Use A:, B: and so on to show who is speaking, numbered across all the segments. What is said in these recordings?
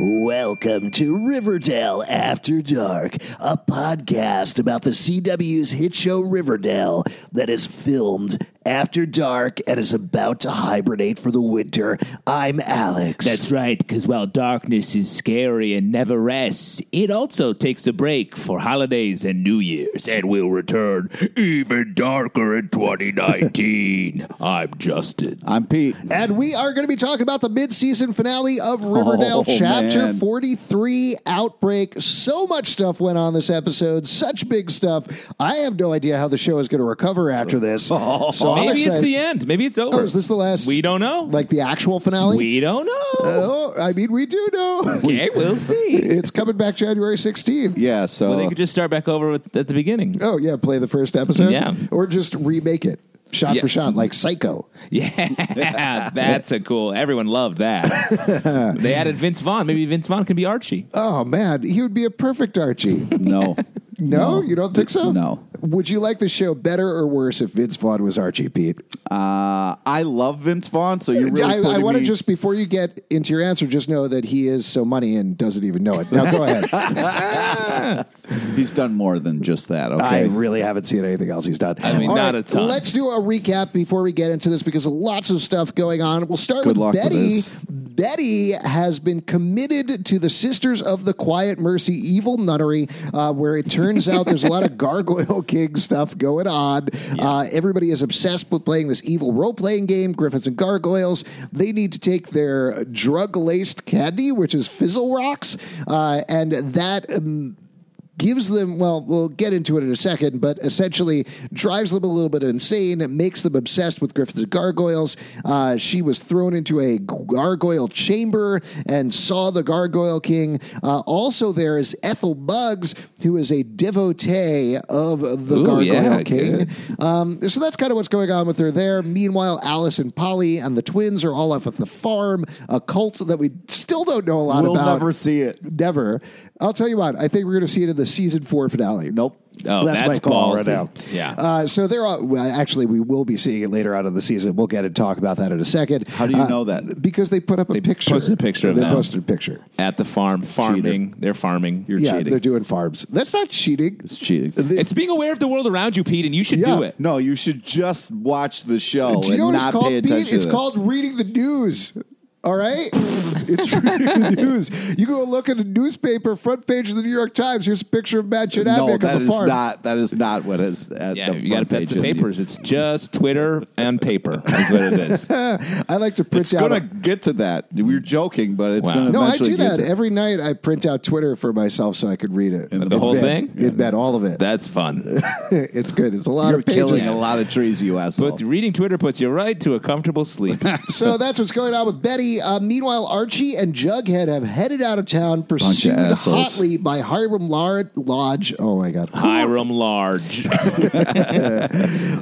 A: Welcome to Riverdale After Dark, a podcast about the CW's hit show Riverdale that is filmed after dark and is about to hibernate for the winter. I'm Alex.
B: That's right, because while darkness is scary and never rests, it also takes a break for holidays and New Year's and will return even darker in 2019. I'm Justin.
C: I'm Pete.
A: and we are going to be talking about the mid-season finale of Riverdale
C: Oh,
A: Chapter
C: man.
A: 43 Outbreak. So much stuff went on this episode, such big stuff. I have no idea how the show is going to recover after this. So I'm
B: Oh, Maybe it's
A: excited.
B: the end. Maybe it's over.
A: Oh, is this the last?
B: We don't know.
A: Like the actual finale?
B: we don't know.
A: Oh, I mean, we do know.
B: okay, we'll see.
A: it's coming back January 16th.
C: Yeah, so
B: They could just start back over with, at the beginning.
A: Oh, yeah, play the first episode.
B: Yeah.
A: Or just remake it shot
B: Yeah.
A: for shot, like Psycho.
B: Yeah, that's a cool. Everyone loved that. they added Vince Vaughn. Maybe Vince Vaughn can be Archie.
A: Oh, man, he would be a perfect Archie.
C: no.
A: No, you don't think so?
C: No.
A: Would you like the show better or worse if Vince Vaughn was Archie, Pete?
C: Uh, I love Vince Vaughn, so you really
A: I, I
C: putting
A: want to
C: me-
A: just, before you get into your answer, just know that he is so money and doesn't even know it. Now, go ahead.
C: He's done more than just that. Okay.
A: I really haven't seen anything else he's done.
B: I mean, not a ton.
A: Let's do a recap before we get into this because lots of stuff going on. We'll start with
C: Good luck with
A: Betty.
C: this.
A: Betty has been committed to the Sisters of the Quiet Mercy Evil Nunnery, uh, where it turns out there's a lot of Gargoyle King stuff going on. Uh, everybody is obsessed with playing this evil role playing game, Griffins and Gargoyles. They need to take their drug laced candy, which is Fizzle Rocks, uh, and that. Um, gives them well we'll get into it in a second but essentially drives them a little bit insane makes them obsessed with griffith's gargoyles uh, she was thrown into a gargoyle chamber and saw the gargoyle king uh, also there is ethel Muggs, who is a devotee of the
B: Ooh,
A: gargoyle
B: yeah,
A: king
B: good.
A: um, so that's kind of what's going on with her there meanwhile alice and polly and the twins are all off at the farm a cult that we still Oh, don't know a lot
C: we'll
A: about
C: never see it.
A: Never. I'll tell you what. I think we're going to see it in the season four finale.
C: Nope.
B: Oh, that's,
A: my call right
B: ballsy.
A: now.
B: Yeah.
A: Uh, so there are. Well, actually, we will be seeing it later on in the season. We'll get to talk about that in a second.
C: How do you
A: Uh,
C: know that?
A: Because they put up a picture.
B: posted a picture of
A: They
B: them.
A: posted a picture.
B: At the farm, farming. They're farming.
C: You're
A: yeah,
C: cheating.
A: they're doing farms. That's not cheating.
C: it's cheating.
B: it's being aware of the world around you, Pete, and you should
A: Yeah.
B: do it.
C: no, you should just watch the show
A: do you know what
C: and
A: it's
C: not pay
A: called?
C: attention.
A: Pete?
C: to
A: It's
C: this.
A: called reading the news. All right, it's reading the news. You go look at a newspaper front page of the New York Times. Here's a picture of Matt Chinabek
C: No,
A: on the
C: that is
A: farm.
C: not. That is not what is at
B: Yeah,
C: the
B: you got to
C: front
B: fetch
C: page
B: the
C: of
B: papers. It's just Twitter and paper. Is what it is.
A: I like to print
C: It's
A: out.
C: gonna get to that. We're joking, but it's
B: Wow.
C: gonna
A: No, I
C: eventually
A: do
C: get
A: that
C: to
A: every night. I print out Twitter for myself so I could read it.
C: The
A: In
B: whole
A: bed.
B: thing?
A: In bed, all of it.
B: That's fun.
A: it's good. It's a lot
C: You're
A: of pages.
C: killing a lot of trees, you asshole.
B: But reading Twitter puts you right to a comfortable sleep.
A: so that's what's going on with Betty. Uh, meanwhile, Archie and Jughead have headed out of town,
C: of
A: pursued
C: assholes.
A: hotly by Hiram Lard- Lodge. Oh my God,
B: Hiram Large.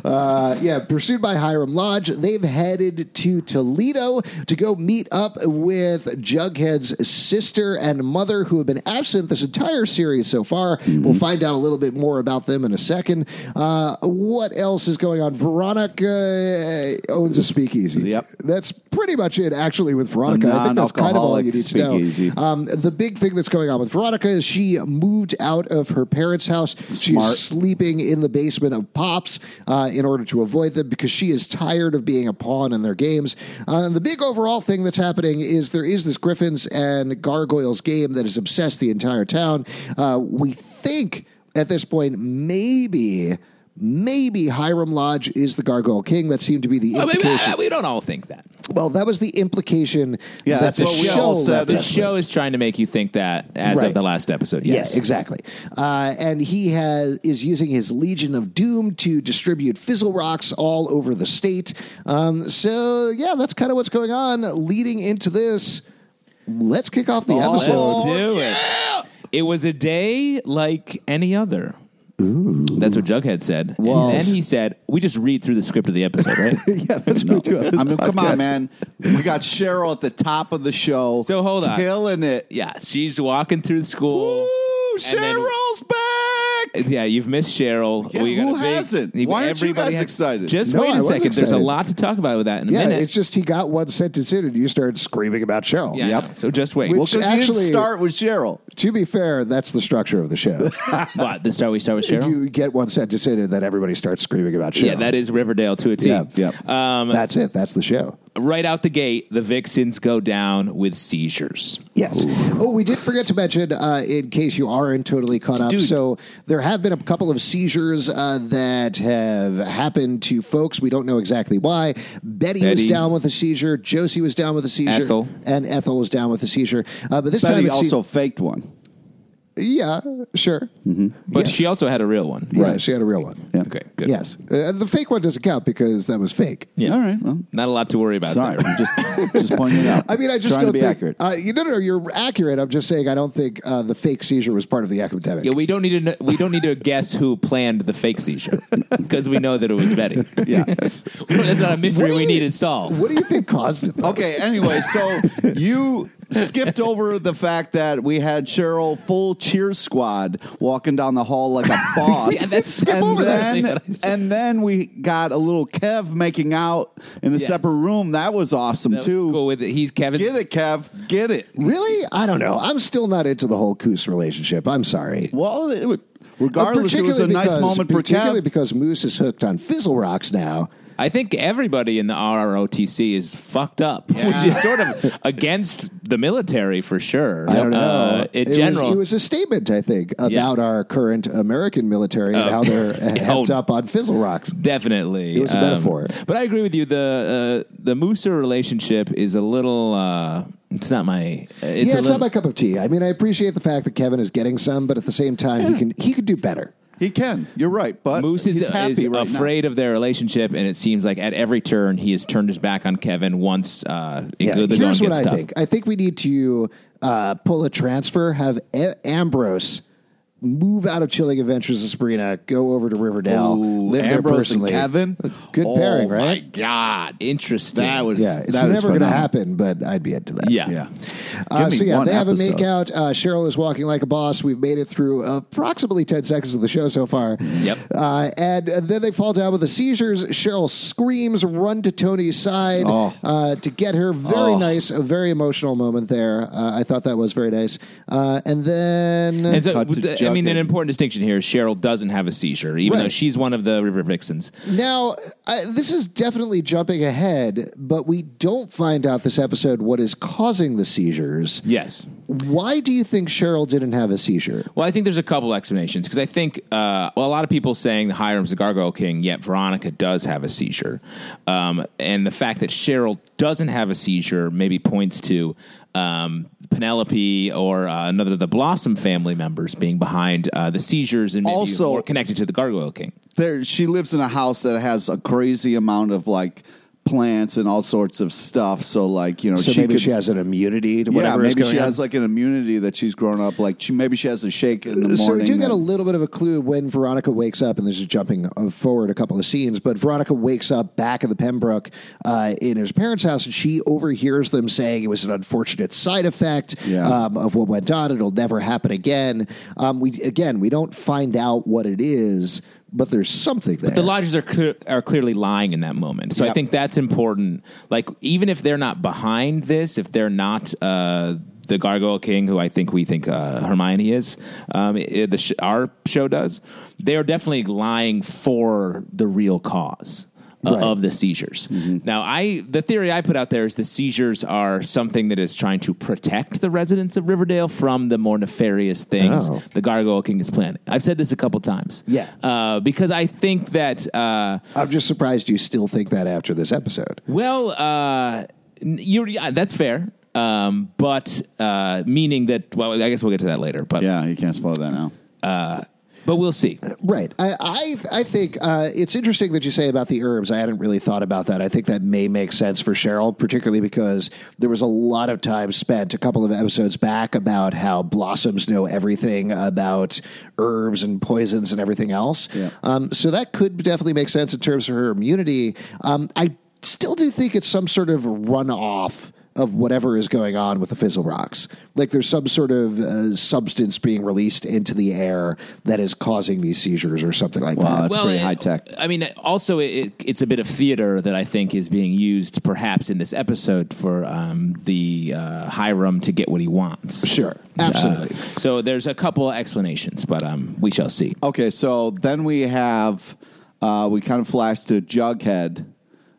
A: Uh, yeah, pursued by Hiram Lodge, they've headed to Toledo to go meet up with Jughead's sister and mother, who have been absent this entire series so far.
C: Mm-hmm.
A: We'll find out a little bit more about them in a second. Uh, what else is going on? Veronica uh, owns a speakeasy.
C: Yep.
A: that's pretty much it. Actually, with Veronica, I think that's kind of all you
C: Non-alcoholic
A: need to know.
C: speakeasy.
A: Um, the big thing that's going on with Veronica is she moved out of her parents' house.
C: Smart.
A: She's sleeping in the basement of Pops uh, in order to avoid them because she is tired of being a pawn in their games. Uh, and the big overall thing that's happening is there is this Griffins and Gargoyles game that has obsessed the entire town. Uh, we think at this point, maybe. maybe Hiram Lodge is the Gargoyle King. That seemed to be the
B: I mean,
A: implication.
B: we don't all think that.
A: well, that was the implication.
C: Yeah,
A: that
C: that's
A: the
C: what we
A: show
C: all said.
A: left
C: The
B: The
A: us with.
B: show is trying to make you think that as
A: Right.
B: of the last episode.
A: Yes,
B: Yes.
A: exactly. Uh, and he has is using his Legion of Doom to distribute fizzle rocks all over the state. Um, so yeah, that's kind of what's going on. Leading into this, let's kick off the
B: Oh, Let's
A: episode.
B: do it. It was a day like any other. That's what Jughead said.
A: Well-
B: and then he said, we just read through the script of the episode, right?
A: yeah, that's what we do. on this
C: I mean, come on,
A: podcast.
C: man. We got Cheryl at the top of the show.
B: So hold on.
C: killing it.
B: yeah, she's walking through school.
C: Ooh,
B: And then-
C: Cheryl's back.
B: Yeah, you've missed Cheryl.
C: Yeah,
B: got
C: who
B: a big-
C: hasn't? Why aren't you
B: everybody
C: guys excited?
B: Just
A: No,
B: wait
A: I
B: a
A: was
B: second. There's a
A: excited.
B: lot to talk about with that in a
A: Yeah,
B: minute.
A: it's just he got one sentence in, and you started screaming about Cheryl.
B: yeah, I know. So just wait.
A: Which-
C: Well, because you didn't
A: Actually-
C: start with Cheryl.
A: To be fair, that's the structure of the show.
B: what? The start we start with Cheryl.
A: you get one sentence in, and then everybody starts screaming about Cheryl.
B: yeah, that is Riverdale to a T.
A: Yeah,
C: yeah.
B: Um,
A: that's it. That's the show.
B: right out the gate, the Vixens go down with seizures.
A: Yes. Oh, we did forget to mention, uh, in case you aren't totally caught up.
C: Dude.
A: So there have been a couple of seizures uh, that have happened to folks. We don't know exactly why. Betty, was
B: Betty.
A: down with a seizure. Josie was down with a seizure.
B: Ethel.
A: and Ethel was down with a seizure. Uh, but this
C: Betty
A: time, it's
C: also faked one.
A: yeah, sure,
C: Mm-hmm.
B: But
A: Yes.
B: she also had a real one.
A: right. She had a real one.
C: Yeah.
B: Okay, good.
A: Yes, uh, the fake one doesn't count because that was fake.
B: Yeah.
C: All right. Well,
B: Not a lot to worry about.
C: sorry.
B: there.
C: I'm just just pointing it out.
A: I mean, I just
C: trying
A: don't
C: to be
A: think,
C: accurate.
A: Uh, you no, no, you're accurate. I'm just saying I don't think uh, the fake seizure was part of the academic.
B: Yeah, we don't need to. Know, we don't need to guess who planned the fake seizure because we know that it was Betty.
C: yeah.
B: That's not a mystery
A: do
B: we
A: you-
B: need to solve.
A: What do you think caused it? though?
C: Okay. Anyway, so you skipped over the fact that we had Cheryl full cheer squad walking down the hall like a boss.
B: Yeah, that's- skip
C: and
B: over that.
C: then,
B: That's what I said.
C: And then we got a little Kev making out in a
B: Yes.
C: separate room. That was awesome
B: That was
C: too.
B: cool with it. He's Kevin.
C: Get it, Kev. Get it.
A: Really? I don't know. I'm still not into the whole Coos relationship. I'm sorry.
C: Well, it, would- regardless, it was a
A: Particularly
C: nice
A: because-
C: moment for
A: Particularly
C: Kev.
A: because Moose is hooked on Fizzle Rocks now.
B: I think everybody in the RROTC is fucked up, which is sort of against the military for sure.
A: I don't know.
B: Uh, in
A: it
B: general,
A: was, it was a statement, I think, about our current American military and how they're uh, hepped
B: Oh.
A: up on Fizzle Rocks.
B: Definitely, um,
A: It was a metaphor.
B: But I agree with you. The uh, the Mooser relationship is a little. Uh, it's not my. It's a
A: yeah, it's
B: little,
A: not my cup of tea. I mean, I appreciate the fact that Kevin is getting some, but at the same time, he can he could do better.
C: He can. You're right, but
B: Moose is, uh,
C: he's happy
B: is
C: right now.
B: afraid of their relationship, and it seems like at every turn he has turned his back on Kevin once uh, it go- the
A: here's
B: going
A: what
B: gets
A: I
B: tough.
A: think. I think we need to uh, pull a transfer, have a- Ambrose move out of Chilling Adventures of Sabrina, go over to Riverdale,
C: Ooh,
A: live there
C: Ambrose and
A: personally.
C: Kevin.
A: Good
C: oh
A: pairing, right?
C: My God,
B: Interesting.
C: that was
A: Yeah, it's
C: that is
A: never going to
C: phenomenal.
A: happen, but I'd be into that.
B: yeah.
C: Yeah.
A: Uh,
C: Give me
A: so yeah,
C: one
A: they have a
C: episode.
A: make out. Uh, Cheryl is walking like a boss. We've made it through approximately ten seconds of the show so far.
B: Yep.
A: Uh, and then they fall down with the seizures. Cheryl screams, run to Tony's side
C: Oh.
A: uh, to get her. Very
C: Oh.
A: nice, a very emotional moment there. Uh, I thought that was very nice. Uh, and then
B: And so,
C: Cut to
B: I mean, an
C: Jughead.
B: important distinction here is Cheryl doesn't have a seizure, even
A: Right.
B: though she's one of the River Vixens.
A: now I, this is definitely jumping ahead, but we don't find out this episode what is causing the seizures.
B: Yes.
A: Why do you think Cheryl didn't have a seizure?
B: Well, I think there's a couple explanations because I think uh, well, a lot of people saying that Hiram's the Gargoyle King, yet Veronica does have a seizure, um, and the fact that Cheryl doesn't have a seizure maybe points to um, Penelope or uh, another of the Blossom family members being behind uh, the seizures and maybe
C: Also-
B: more connected to the Gargoyle King.
C: there she lives in a house that has a crazy amount of like plants and all sorts of stuff so like you know
A: So
C: she
A: maybe
C: could
A: she has an immunity to
C: yeah
A: whatever is
C: maybe
A: going
C: she
A: on.
C: has like an immunity that she's grown up like she maybe she has a shake in the morning
A: so we do
C: and-
A: get a little bit of a clue when Veronica wakes up, and this is jumping uh, forward a couple of scenes. But Veronica wakes up back at the Pembroke uh, in his parents' house, and she overhears them saying it was an unfortunate side effect
C: Yeah.
A: um, of what went on. It'll never happen again. Um, we again, we don't find out what it is, but there's something there.
B: The lodgers are clear, are clearly lying in that moment, so I
C: Yep.
B: think that's important. Like, even if they're not behind this, if they're not uh, the Gargoyle King, who I think we think uh, Hermione is, um, i the sh- our show does, they are definitely lying for the real cause. uh,
A: Right. Mm-hmm.
B: of the seizures. Now, I the theory I put out there is the seizures are something that is trying to protect the residents of Riverdale from the more nefarious things
A: Oh.
B: the Gargoyle King is planning. I've said this a couple times.
A: Yeah.
B: uh, because I think that. Uh,
A: I'm just surprised you still think that after this episode.
B: well, uh, n- you're, yeah, that's fair. Um, but uh, meaning that, well, I guess we'll get to that later. But
C: Yeah, you can't spoil that now.
B: but we'll see.
A: Right. I I, I think uh, it's interesting that you say about the herbs. I hadn't really thought about that. I think that may make sense for Cheryl, particularly because there was a lot of time spent a couple of episodes back about how blossoms know everything about herbs and poisons and everything else.
C: Yeah.
A: Um, so that could definitely make sense in terms of her immunity. Um, I still do think it's some sort of runoff of whatever is going on with the fizzle rocks. Like there's some sort of uh, substance being released into the air that is causing these seizures or something like
C: Wow,
A: that.
C: that's pretty
B: it-
C: high tech.
B: I mean, also it, it, it's a bit of theater that I think is being used, perhaps in this episode, for um, the uh, Hiram to get what he wants.
A: Sure.
B: Uh,
A: Absolutely.
B: so there's a couple explanations, but um, we shall see.
C: Okay, so then we have uh, we kind of flash to Jughead.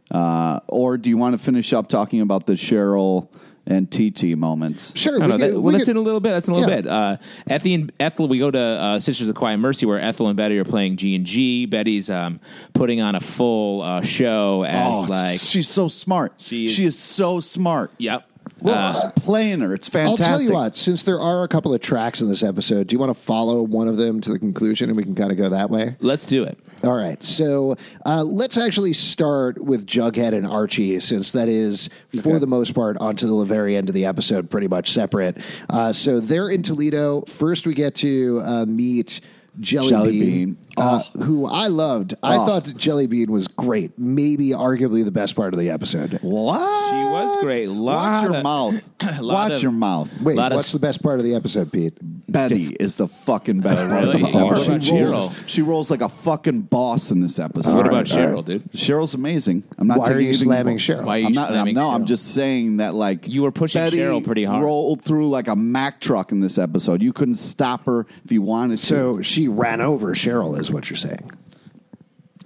C: Uh, or do you want to finish up talking about the Cheryl and TT moments?
A: sure.
B: I don't know.
A: could-
B: Uh, that- well, that's
A: could-
B: in a little bit. That's in a little
A: Yeah.
B: bit. Uh, Ethel and Ethel, we go to uh, Sisters of Quiet Mercy, where Ethel and Betty are playing G and G. Betty's um, putting on a full uh, show as
C: Oh,
B: like,
C: she's so smart.
B: She
C: She
B: is-
C: is, so smart.
B: yep.
C: Well, just playing her. It's
A: I'll
C: fantastic.
A: tell you what, since there are a couple of tracks in this episode, do you want to follow one of them to the conclusion and we can kind of go that way?
B: let's do it.
A: All right. So uh, let's actually start with Jughead and Archie, since that is, for the most part, onto the very end of the episode, pretty much separate. Uh, so they're in Toledo. First, we get to uh, meet. Jelly,
C: Jelly
A: Bean,
C: Bean.
A: uh, who I loved. I thought Jelly Bean was great, maybe arguably the best part of the episode.
C: What? She
B: was great. Lot
C: Watch your
B: of-
C: mouth.
B: lot
C: Watch
B: of-
C: your mouth.
A: Wait,
B: Lot of
A: what's
B: s-
A: the best part of the episode, Pete?
C: Betty is the fucking best part
B: Oh, really?
C: of this episode.
B: What about
C: she, rolls,
B: Cheryl?
C: she rolls like a fucking boss in this episode.
B: What about Cheryl, dude?
C: Cheryl's amazing. I'm not
A: Why
C: taking
A: are you
C: anything-
A: slamming Cheryl?
B: Why are you
C: I'm not,
B: slamming
C: I'm, no, I'm
B: Cheryl?
C: just saying that like
B: You were pushing
C: Betty
B: Cheryl pretty hard.
C: Rolled through like a Mack truck in this episode. You couldn't stop her if you wanted to.
A: So she ran over Cheryl, is what you're saying.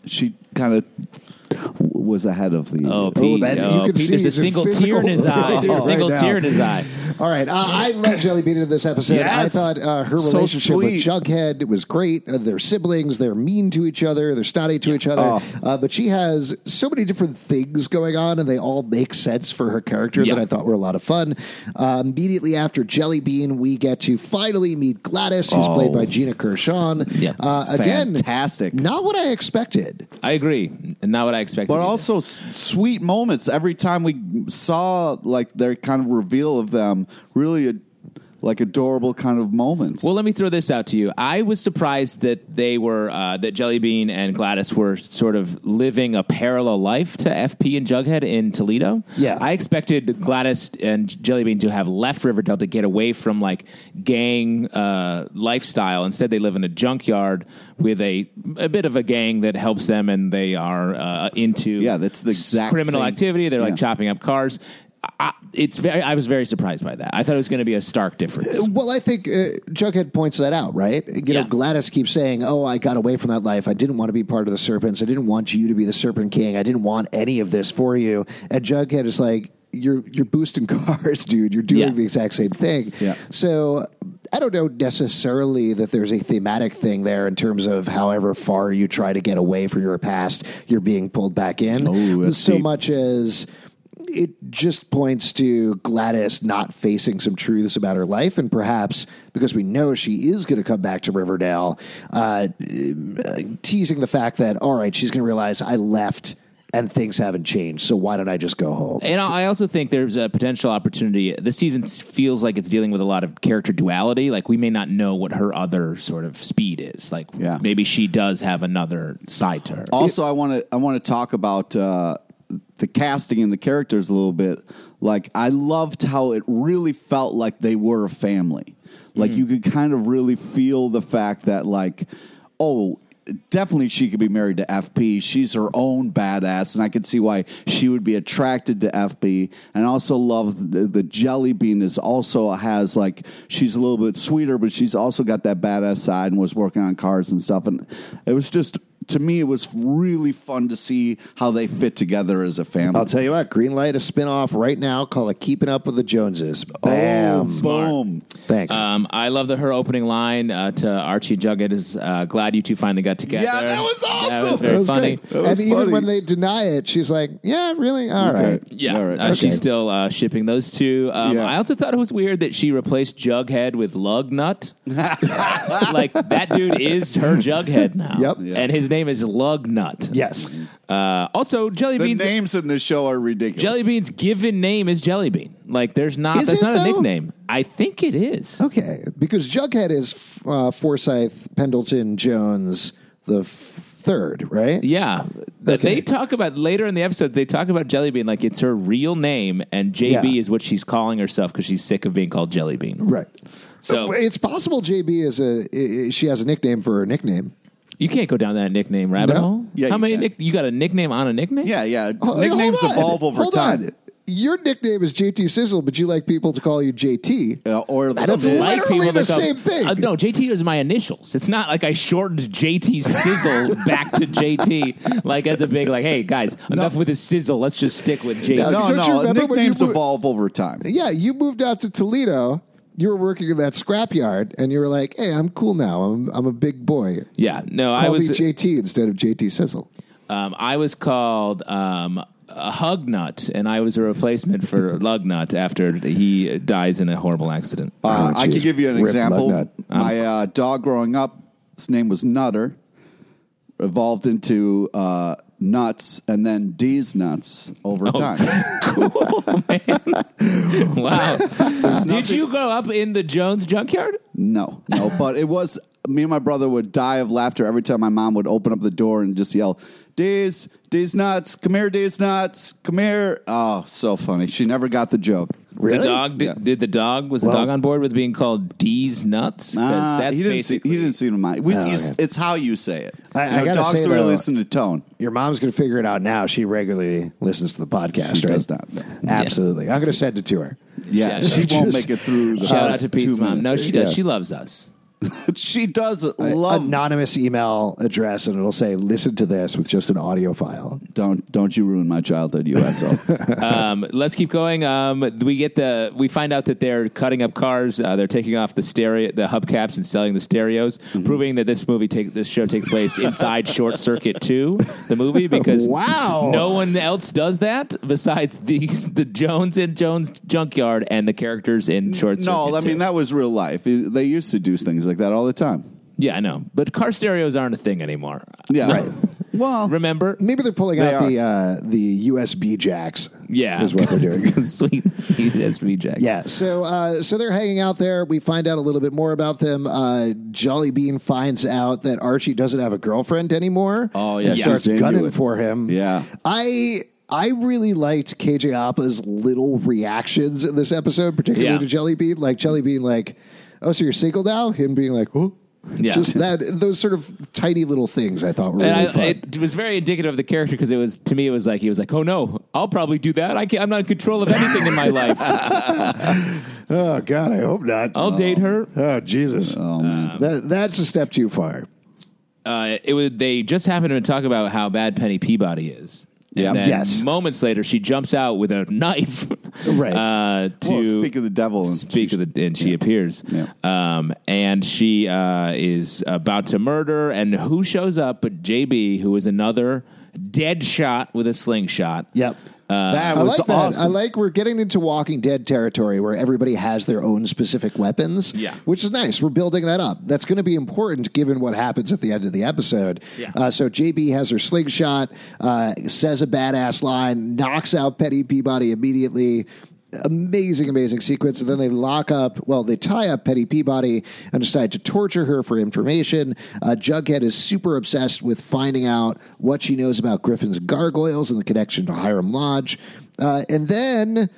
C: she kind of was ahead of the.
B: Oh, Pete,
A: that- you
B: oh,
A: can
B: Pete,
A: see
B: there's a
A: he's in
B: single
A: physical-
B: tear in his eye.
A: Right
B: There's a single
A: now.
B: tear in his eye.
A: All right, uh, I love Jelly Bean in this episode. I
C: Yes.
A: thought uh, her
C: So
A: relationship with
C: sweet.
A: Jughead was great. Uh, they're siblings. They're mean to each other. They're snotty to each other.
C: Oh.
A: Uh, but she has so many different things going on, and they all make sense for her character
B: Yeah.
A: that I thought were a lot of fun. Uh, immediately after Jelly Bean, we get to finally meet Gladys, who's played by Gina Gershon.
B: Yeah.
A: Uh, again,
C: Oh. Fantastic.
A: Not what I expected.
B: I agree. Not what I expected.
C: But
B: either.
C: also s- sweet moments every time we saw like their kind of reveal of them. Really, ad- like adorable kind of moments.
B: Well, let me throw this out to you. I was surprised that they were uh, that Jellybean and Gladys were sort of living a parallel life to FP and Jughead in Toledo.
A: Yeah.
B: I expected Gladys and Jellybean to have left Riverdale to get away from like gang uh, lifestyle. Instead, they live in a junkyard with a a bit of a gang that helps them, and they are uh, into
C: Yeah, that's the exact
B: criminal
C: same-
B: activity. They're like
C: Yeah.
B: chopping up cars. I- I, it's very. I was very surprised by that. I thought it was going to be a stark difference.
A: Well, I think uh, Jughead points that out, right? You
B: Yeah.
A: know, Gladys keeps saying, "Oh, I got away from that life. I didn't want to be part of the serpents. I didn't want you to be the serpent king. I didn't want any of this for you." And Jughead is like, "You're you're boosting cars, dude. You're doing
B: Yeah.
A: the exact same thing."
C: Yeah.
A: So I don't know necessarily that there's a thematic thing there in terms of however far you try to get away from your past, you're being pulled back in.
C: Ooh, that's
A: so
C: deep.
A: much as it just points to Gladys not facing some truths about her life, and perhaps because we know she is going to come back to Riverdale, uh, teasing the fact that all right, she's going to realize I left and things haven't changed, so why don't I just go home?
B: And I I also think there's a potential opportunity. This season s- feels like it's dealing with a lot of character duality. Like we may not know what her other sort of speed is. Like
C: Yeah.
B: maybe she does have another side to her.
C: Also, I want to I want to talk about uh, the casting and the characters a little bit. Like I loved how it really felt like they were a family. Like you could kind of really feel the fact that like oh. Definitely, she could be married to FP. She's her own badass, and I could see why she would be attracted to FP. And I also love the, the Jelly Bean is also has like she's a little bit sweeter, but she's also got that badass side and was working on cars and stuff. And it was just to me, it was really fun to see how they fit together as a family.
A: I'll tell you what, green light a spinoff right now called Keeping Up with the Joneses. Bam.
C: Boom.
A: Thanks.
B: Um, I love that her opening line uh, to Archie Jughead is uh, "Glad you two finally got together."
C: Yeah, that was
B: That
C: awesome.
B: was very
A: That was
B: funny.
A: great.
C: That was
A: and even
C: funny.
A: when they deny it, she's like, "Yeah, really? All right."
B: Yeah,
C: All right.
B: uh, she's still uh, shipping those two. Um,
C: Yeah.
B: I also thought it was weird that she replaced Jughead with Lugnut. like that dude is her Jughead now.
A: Yep.
C: Yeah.
B: and his name is Lugnut.
A: Yes.
B: Uh, also,
C: The
B: Jellybean's
C: names in this show are ridiculous.
B: Jellybean's given name is Jellybean. Like there's not
A: Is
B: that's
A: it,
B: not a
A: though? Oh.
B: nickname. I think it is.
A: Okay, because Jughead is uh, Forsyth Pendleton Jones the f- third, right?
B: Yeah. Th-
A: Okay.
B: They talk about later in the episode, they talk about Jellybean like it's her real name, and JB
A: Yeah.
B: is what she's calling herself because she's sick of being called Jellybean.
A: Right.
B: So-
A: it's possible JB is a i- i- she has a nickname for her nickname.
B: You can't go down that nickname rabbit
A: No.
B: hole.
C: Yeah,
B: How
C: you
B: many
C: can.
B: nick- you got a nickname on a nickname?
C: Yeah, yeah.
A: Oh, hey,
C: Nicknames
A: hold on.
C: evolve over
A: Hold
C: time.
A: on. Your nickname is JT Sizzle, but you like people to call you JT.
C: Uh, or the
A: don't
C: Sid.
A: like- Literally the
B: call-
A: same thing.
B: Uh, no, JT is my initials. It's not like I shortened JT Sizzle back to JT, like as a big like, hey guys, enough with the sizzle. Let's just stick with JT.
A: No.
C: No,
A: Don't you
C: no.
A: remember when you
C: Nicknames
A: were-
C: evolve over time.
A: Yeah, you moved out to Toledo. You were working in that scrapyard, and you were like, "Hey, I'm cool now. I'm I'm a big boy. Call
B: Yeah, no, I was uh,
A: me JT instead of JT Sizzle."
B: um, I was called um, a hug nut, and I was a replacement for lug nut after he dies in a horrible accident.
C: Uh,
A: Oh,
C: I can
A: geez.
C: give you an
A: Rip
C: example.
A: Lugnut.
C: My uh, dog growing up, his name was Nutter, evolved into uh, Nuts, and then D's Nuts over time.
B: wow! Did you grow up in the Jones junkyard?
C: No, no, but it was me and my brother would die of laughter every time my mom would open up the door and just yell, "D's, D's Nuts, come here, D's Nuts, come here!" Oh, so funny. She never got the joke.
A: Really?
B: The dog did,
C: Yeah.
B: did the dog was the dog on board with being called D's nuts? 'Cause
C: Uh,
B: that's
C: he didn't. See,
B: basically
C: he didn't seem to mind. We,
A: Oh,
C: you-
A: okay.
C: It's how you say it.
A: I-
C: You
A: I
C: know,
A: gotta
C: dogs
A: say,
C: really
A: though-
C: listen to tone.
A: Your mom's going to figure it out now. She regularly listens to the podcast.
C: She
A: right?
C: does not, no.
A: Absolutely. I'm going to send it to her.
C: Yeah,
B: Shout
C: she
A: out.
C: won't
A: Just-
C: make it through. The
B: shout out
C: first
B: to Pete's
C: two
B: mom. No,
C: minutes.
B: she does.
A: Yeah.
B: She loves us.
C: she does
A: Oh.
C: love.
A: Anonymous email address, and it'll say, listen to this with just an audio file.
C: don't don't you ruin my childhood, USO.
B: Um, let's keep going. Um, we get the we find out that they're cutting up cars. Uh, they're taking off the stereo, the hubcaps, and selling the stereos,
C: Mm-hmm.
B: proving that this movie take this show takes place inside Short Circuit Two, the movie, because
A: Wow.
B: no one else does that besides these the Jones and Jones Junkyard and the characters in Short Circuit.
C: no, I
B: 2.
C: mean that was real life. It- They used to do things like that all the time.
B: Yeah, I know. But car stereos aren't a thing anymore.
C: Yeah,
A: Right.
C: Well,
B: Remember?
A: Maybe they're pulling
C: They
A: out
C: are.
A: the uh, the USB jacks.
B: Yeah.
A: Is what they're doing.
B: Sweet. That's rejects.
A: Yeah, so uh, so they're hanging out there. We find out a little bit more about them. Uh, Jolly Bean finds out that Archie doesn't have a girlfriend anymore.
C: Oh, yeah,
A: and
C: she's
A: starts
C: into
A: gunning
C: it.
A: for him.
C: Yeah.
A: I I really liked KJ Appa's little reactions in this episode, particularly
B: Yeah.
A: to Jelly Bean. Like Jelly Bean, like, oh, so you're single now? Him being like, oh,
B: Yeah.
A: just that those sort of tiny little things I thought were really
B: And I,
A: fun.
B: it was very indicative of the character because it was to me it was like he was like oh no I'll probably do that I can't, I'm not in control of anything in my life
A: oh God, I hope not.
B: I'll date her
A: Oh Jesus, that, that's a step too far.
B: uh, it was they just happened to talk about how bad Penny Peabody is And
C: Yeah.
B: then
A: Yes.
B: moments later she jumps out with a knife
A: Right.
B: uh, to
C: well, speak of the devil. and
B: speak of the and she appears
C: Yeah.
B: um, and she uh, is about to murder and who shows up but JB who is another dead shot with a slingshot
A: Yep.
C: that
A: I
C: was
A: like that.
C: awesome.
A: I like we're getting into Walking Dead territory where everybody has their own specific weapons.
B: Yeah.
A: which is nice. We're building that up. That's going to be important given what happens at the end of the episode.
B: Yeah.
A: Uh, so JB has her slingshot, uh, says a badass line, knocks out Petty Peabody immediately. Amazing, amazing sequence. And then they lock up, well, they tie up Petty Peabody and decide to torture her for information. Uh, Jughead is super obsessed with finding out what she knows about Griffin's gargoyles and the connection to Hiram Lodge. Uh, and then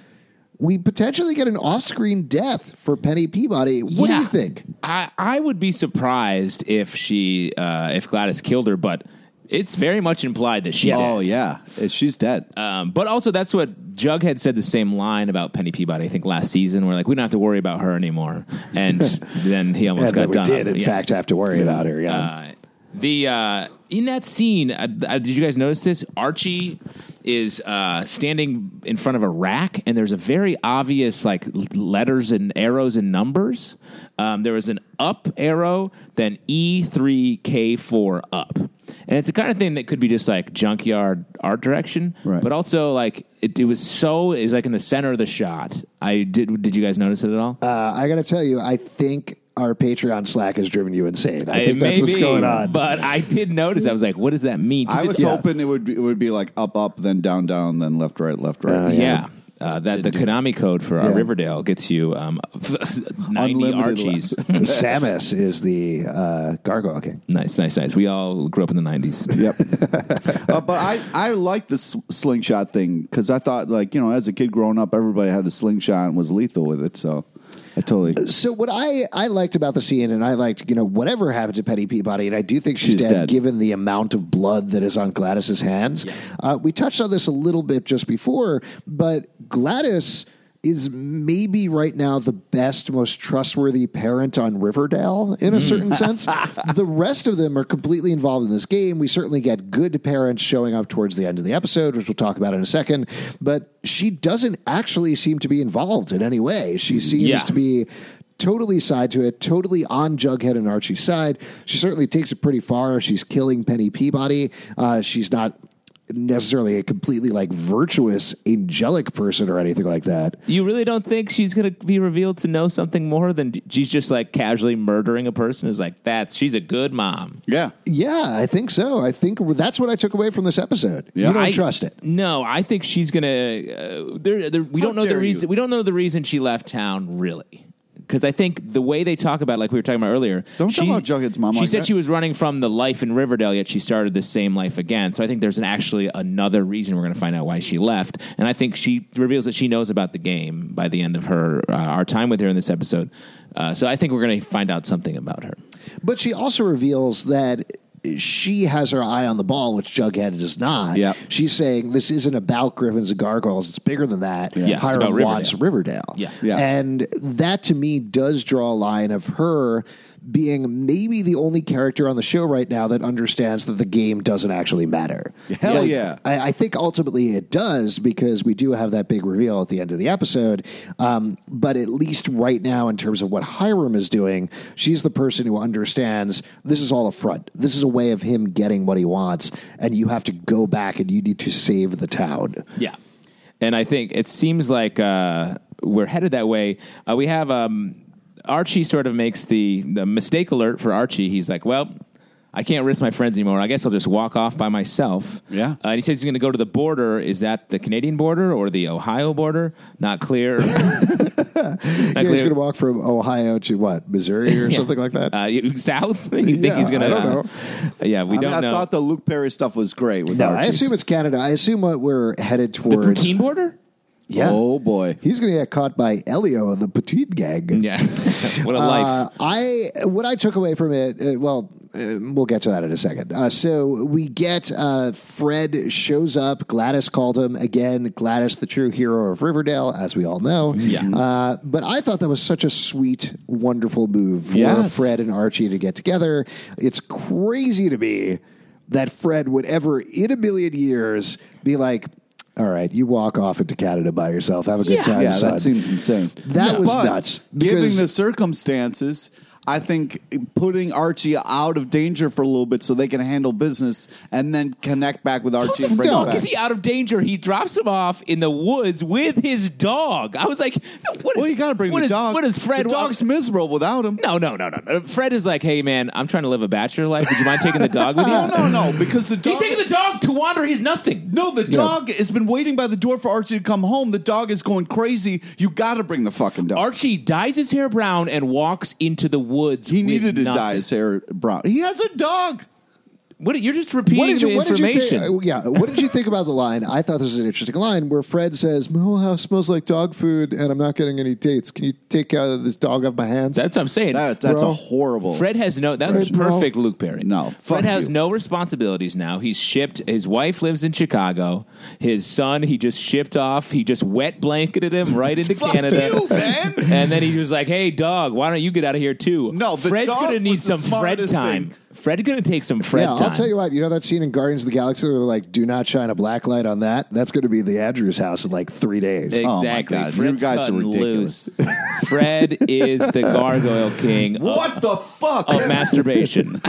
A: we potentially get an off screen death for Penny Peabody. What do
B: Yeah.
A: you think?
B: I, I would be surprised if she uh, if Gladys killed her, but it's very much implied that she
C: oh
B: did.
C: yeah, Uh, she's dead.
B: Um, but also, that's what Jughead said the same line about Penny Peabody. I think last season, we're like, we don't have to worry about her anymore, and then he almost
A: And
B: got
A: that we
B: done.
A: did,
B: on-
A: in
B: yeah.
A: fact, have to worry about her. Yeah.
B: Uh, the uh, in that scene, uh, uh, did you guys notice this? Archie is uh, standing in front of a rack, and there's a very obvious like l- letters and arrows and numbers. Um, there was an up arrow, then E three K four up, and it's the kind of thing that could be just like junkyard art direction,
C: Right.
B: but also like it, it was so is like in the center of the shot. I did. Did you guys notice it at all?
A: Uh, I got to tell you, I think our Patreon Slack has driven you insane. I
B: It
A: think that's
B: may
A: what's
B: be,
A: going on.
B: But I did notice. I was like, "What does that mean?" 'Cause
C: I
B: it's-
C: was hoping it would be, it would be like up, up, then down, down, then left, right, left, right.
B: Yeah. Uh, that the Konami code for our
A: Yeah.
B: Riverdale gets you um, 90
C: Unlimited
B: Archies.
A: Samus is the uh, gargoyle king.
B: nice, nice, nice. We all grew up in the 90s.
C: Yep. uh, but I, I like the s- slingshot thing because I thought, like, you know, as a kid growing up, everybody had a slingshot and was lethal with it. So I totally.
A: So what I, I liked about the scene, and I liked you know whatever happened to Petty Peabody, and I do think she's,
C: She's
A: dead,
C: dead.
A: given the amount of blood that is on Gladys's hands. Uh, we touched on this a little bit just before, but Gladys is maybe right now the best, most trustworthy parent on Riverdale
C: Mm.
A: in a certain sense. the rest of them are completely involved in this game. We certainly get good parents showing up towards the end of the episode, which we'll talk about in a second. But she doesn't actually seem to be involved in any way.
C: Mm-hmm.
A: She seems
B: Yeah.
A: to be be totally side to it, totally on Jughead and Archie's side. She certainly takes it pretty far. She's killing Penny Peabody. Uh, she's not necessarily a completely like virtuous angelic person or anything like that.
B: You really don't think she's going to be revealed to know something more than she's just like casually murdering a person? Is like, that's, she's a good mom.
C: Yeah.
A: Yeah, I think so. I think that's what I took away from this episode.
C: Yeah.
A: You don't
B: I-
A: trust it.
B: No, I think she's gonna. Uh, there, there, we
C: How
B: don't know the
C: dare
B: reason.
C: you.
B: We don't know the reason she left town really. Because I think the way they talk about, like we were talking about earlier,
C: Don't
B: she,
C: talk about Jughead's mom
B: She
C: like
B: said
C: that.
B: she was running from the life in Riverdale, yet she started the same life again. So I think there's an actually another reason we're going to find out why she left. And I think she reveals that she knows about the game by the end of her uh, our time with her in this episode. Uh, so I think we're going to find out something about her.
A: But she also reveals that she has her eye on the ball, which Jughead does not.
C: Yep.
A: She's saying this isn't about Griffins and Gargoyles. It's bigger than that.
B: Yeah, it's
A: Hiram
B: about Riverdale.
A: wants Riverdale.
B: Yeah.
C: Yeah.
A: And that to me does draw a line of her being maybe the only character on the show right now that understands that the game doesn't actually matter.
C: Hell yeah.
A: I, I think ultimately it does because we do have that big reveal at the end of the episode. Um, but at least right now, in terms of what Hiram is doing, she's the person who understands this is all a front. This is a way of him getting what he wants, and you have to go back and you need to save the town.
B: Yeah. And I think it seems like uh, we're headed that way. Uh, we have um, Archie sort of makes the, the mistake alert for Archie. He's like, well, I can't risk my friends anymore. I guess I'll just walk off by myself.
C: Yeah.
B: Uh, and he says he's going to go to the border. Is that the Canadian border or the Ohio border? Not clear.
A: Yeah, he's
B: clear.
A: going to walk from Ohio to what Missouri or something like that.
B: Uh, you- south? you think
A: Yeah,
B: he's going to.
A: I don't know.
B: yeah, we
C: I, mean,
B: don't
C: I
B: know.
C: thought the Luke Perry stuff was great. With
A: no, I
C: Archie's.
A: assume it's Canada. I assume what we're headed
B: the
A: towards.
B: poutine border?
A: Yeah.
C: Oh, boy.
A: He's going to get caught by Elio of the Poutine Gang.
B: Yeah. what a life.
A: Uh, I what I took away from it. Uh, well, uh, we'll get to that in a second. Uh, so we get uh, Fred shows up. Gladys called him again. Gladys, the true hero of Riverdale, as we all know.
B: Yeah.
A: Uh, but I thought that was such a sweet, wonderful move for
C: Yes.
A: Fred and Archie to get together. It's crazy to me that Fred would ever, in a million years, be like. All right, you walk off into Canada by yourself. Have a good
B: Yeah.
A: time,
C: Yeah,
A: son.
C: that seems insane.
A: That was
C: But
A: nuts, because-
C: Given the circumstances, I think putting Archie out of danger for a little bit so they can handle business and then connect back with Archie
B: How
C: and
B: the
C: bring him
B: fuck
C: back.
B: is he out of danger? He drops him off in the woods with his dog. I was like, no, what is,
C: well, you got to bring
B: what
C: the
B: is-
C: dog.
B: What is Fred?
C: The
B: walk-
C: dog's miserable without him.
B: no, no, no, no, no. Fred is like, hey man, I'm trying to live a bachelor life. Would you mind taking the dog with you?
C: No, no, no, because the dog.
B: He's taking the dog to wander. He's nothing.
C: no, the dog has been waiting by the door for Archie to come home. The dog is going crazy. You got to bring the fucking dog.
B: Archie dyes his hair brown and walks into the woods.
C: he
B: with
C: needed to
B: nothing.
C: dye his hair brown. He has a dog.
B: What, you're just repeating the information.
C: Uh,
A: Did you think, yeah, what did you think about the line? I thought this was an interesting line where Fred says, "My whole house smells like dog food, and I'm not getting any dates. Can you take uh, this dog off my hands?"
B: that's what I'm saying.
C: That, that's
A: Bro.
C: a horrible.
B: Fred has no. That's
A: Fred, no.
B: perfect, Luke Perry.
C: No, fuck
B: Fred has
C: you.
B: no responsibilities now. He's shipped. His wife lives in Chicago. His son, he just shipped off. He just wet blanketed him right into
C: Fuck
B: Canada.
C: you, man.
B: And then he was like, "Hey, dog, why don't you get out of here too?"
C: No, the
B: Fred's
C: dog
B: gonna need
C: was the
B: some Fred
C: smartest
B: time.
C: thing.
B: Fred going to take some Fred
A: yeah,
B: time.
A: I'll tell you what. You know that scene in Guardians of the Galaxy where they're like, "Do not shine a black light on that." That's going to be the Andrews house in like three days.
C: Oh my
B: Exactly.
C: God, you
B: Fred's
C: guys are
B: cutting
C: ridiculous.
B: loose. Fred is the gargoyle king of-
C: What the fuck?
B: of masturbation.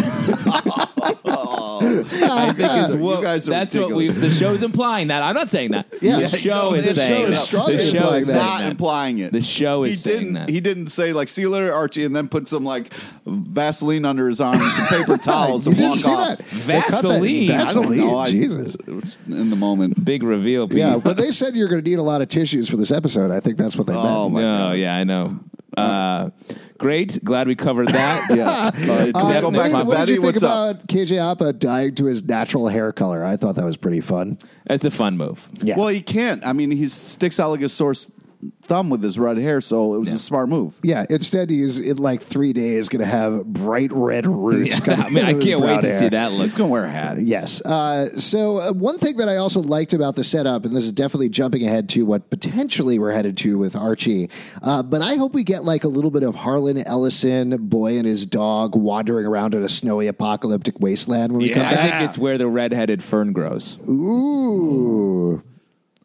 B: I think is
C: You
B: what,
C: guys are
B: that's
C: ridiculous.
B: what we the show's implying that. I'm not saying that.
A: Yeah.
B: the show
A: no,
B: is
A: the show
B: Oh, saying
A: is
B: that.
A: strongly
B: The show
A: implying
B: is
C: is
A: that.
C: not
B: saying that.
C: implying it.
B: The show
C: he
B: is saying
C: didn't,
B: that.
C: He didn't say like "see you later, Archie," and then put some like Vaseline under his arm and some paper towels
A: You
C: and
A: didn't
C: walk
A: see that
C: off.
A: They cut that-
B: Vaseline.
C: I don't
A: Vaseline.
C: know. I-
A: Jesus.
C: it was in the moment.
B: Big reveal. Pete.
A: Yeah, but they said you're going to need a lot of tissues for this episode. I think that's what they meant.
C: Oh my
B: no,
C: god!
B: yeah, I know. Uh, great. Glad we covered that.
C: Yeah.
A: Uh,
B: Definitely.
C: go back
A: what,
C: to
B: Definitely.
A: what did
C: Betty.
A: you think
C: What's up?
A: about KJ Appa dying to his natural hair color? I thought that was pretty fun.
B: That's a fun move.
A: Yeah.
C: Well, he can't. I mean, he sticks out like a sore s- thumb with his red hair, so it was a smart move.
A: yeah, instead he's in like three days going to have bright red roots. coming
B: I mean,
A: out
B: I
A: of his
B: can't
A: brown
B: wait to
A: hair.
B: see that look.
C: He's gonna wear a hat.
A: Yes. Uh, so uh, one thing that I also liked about the setup, and this is definitely jumping ahead to what potentially we're headed to with Archie, uh, but I hope we get like a little bit of Harlan Ellison, boy and his dog, wandering around in a snowy apocalyptic wasteland when we come
B: I
A: back.
B: think it's where the redheaded fern grows.
A: Ooh,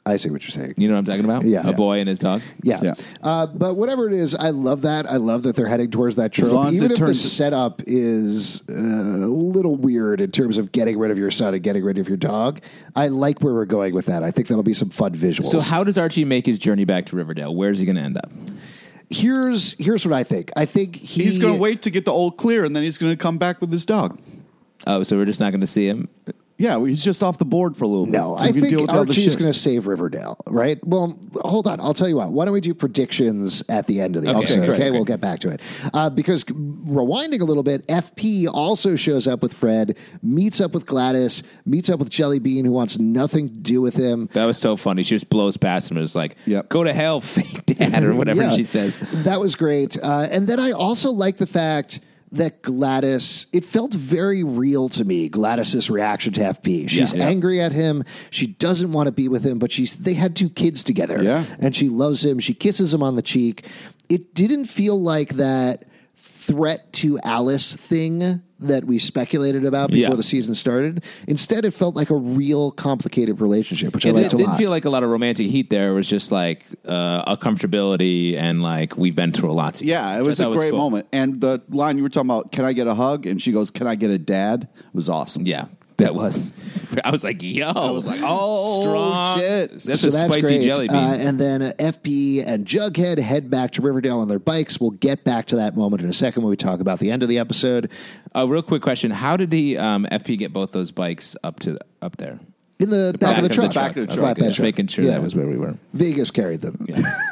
A: I see what you're saying.
B: You know what I'm talking about?
A: Yeah.
B: A boy and his dog.
A: Yeah.
C: Yeah.
A: Uh, but whatever it is, I love that. I love that they're heading towards that trope.
C: long as
A: Even
C: it
A: if
C: turns-
A: the setup is uh, a little weird in terms of getting rid of your son and getting rid of your dog, I like where we're going with that. I think that'll be some fun visuals.
B: So how does Archie make his journey back to Riverdale? Where's he going to end up?
A: here's here's what I think. I think he,
C: He's gonna wait to get the old clear, and then he's gonna come back with his dog.
B: Oh, so we're just not going to see him.
C: Yeah, well, he's just off the board for a little
A: No,
C: bit. so
A: I
C: he can deal
A: think
C: with other
A: Archie's
C: shit.
A: going to save Riverdale, right? Well, hold on. I'll tell you what. Why don't we do predictions at the end of the episode?
B: great,
A: okay,
B: great.
A: we'll get back to it. Uh, because rewinding a little bit, FP also shows up with Fred, meets up with Gladys, meets up with Jelly Bean, who wants nothing to do with him.
B: That was so funny. She just blows past him and is like,
C: Yep.
B: go to hell, fake dad, or whatever
A: Yeah.
B: she says.
A: That was great. Uh, and then I also like the fact that Gladys, it felt very real to me, Gladys's reaction to FP. She's
B: Yeah.
A: angry at him. She doesn't want to be with him, but she's they had two kids together.
C: Yeah.
A: And she loves him. She kisses him on the cheek. It didn't feel like that threat to Alice thing that we speculated about before
B: Yeah.
A: the season started. Instead, it felt like a real complicated relationship, which
B: It
A: I
B: didn't,
A: liked a
B: didn't
A: lot.
B: feel like a lot of romantic heat there. It was just like uh, a comfortability and like we've been through a lot. together,
C: Yeah, it
B: which I
C: was a
B: thought
C: great
B: cool.
C: moment. And the line you were talking about, "Can I get a hug?" and she goes, "Can I get a dad?" was awesome.
B: Yeah, that was. I was like, yo. I
C: was like, oh, shit.
B: That's
A: so
B: a
A: that's
B: spicy
A: great.
B: jelly bean.
A: Uh, and then uh, FB and Jughead head back to Riverdale on their bikes. We'll get back to that moment in a second when we talk about the end of the episode.
B: A real quick question: How did the um, FP get both those bikes up to up there?
A: In the, back, of the truck,
C: Back of the
A: Flatbed
C: truck,
B: Okay, just making sure
A: Yeah.
B: that was where we were.
A: Vegas carried them.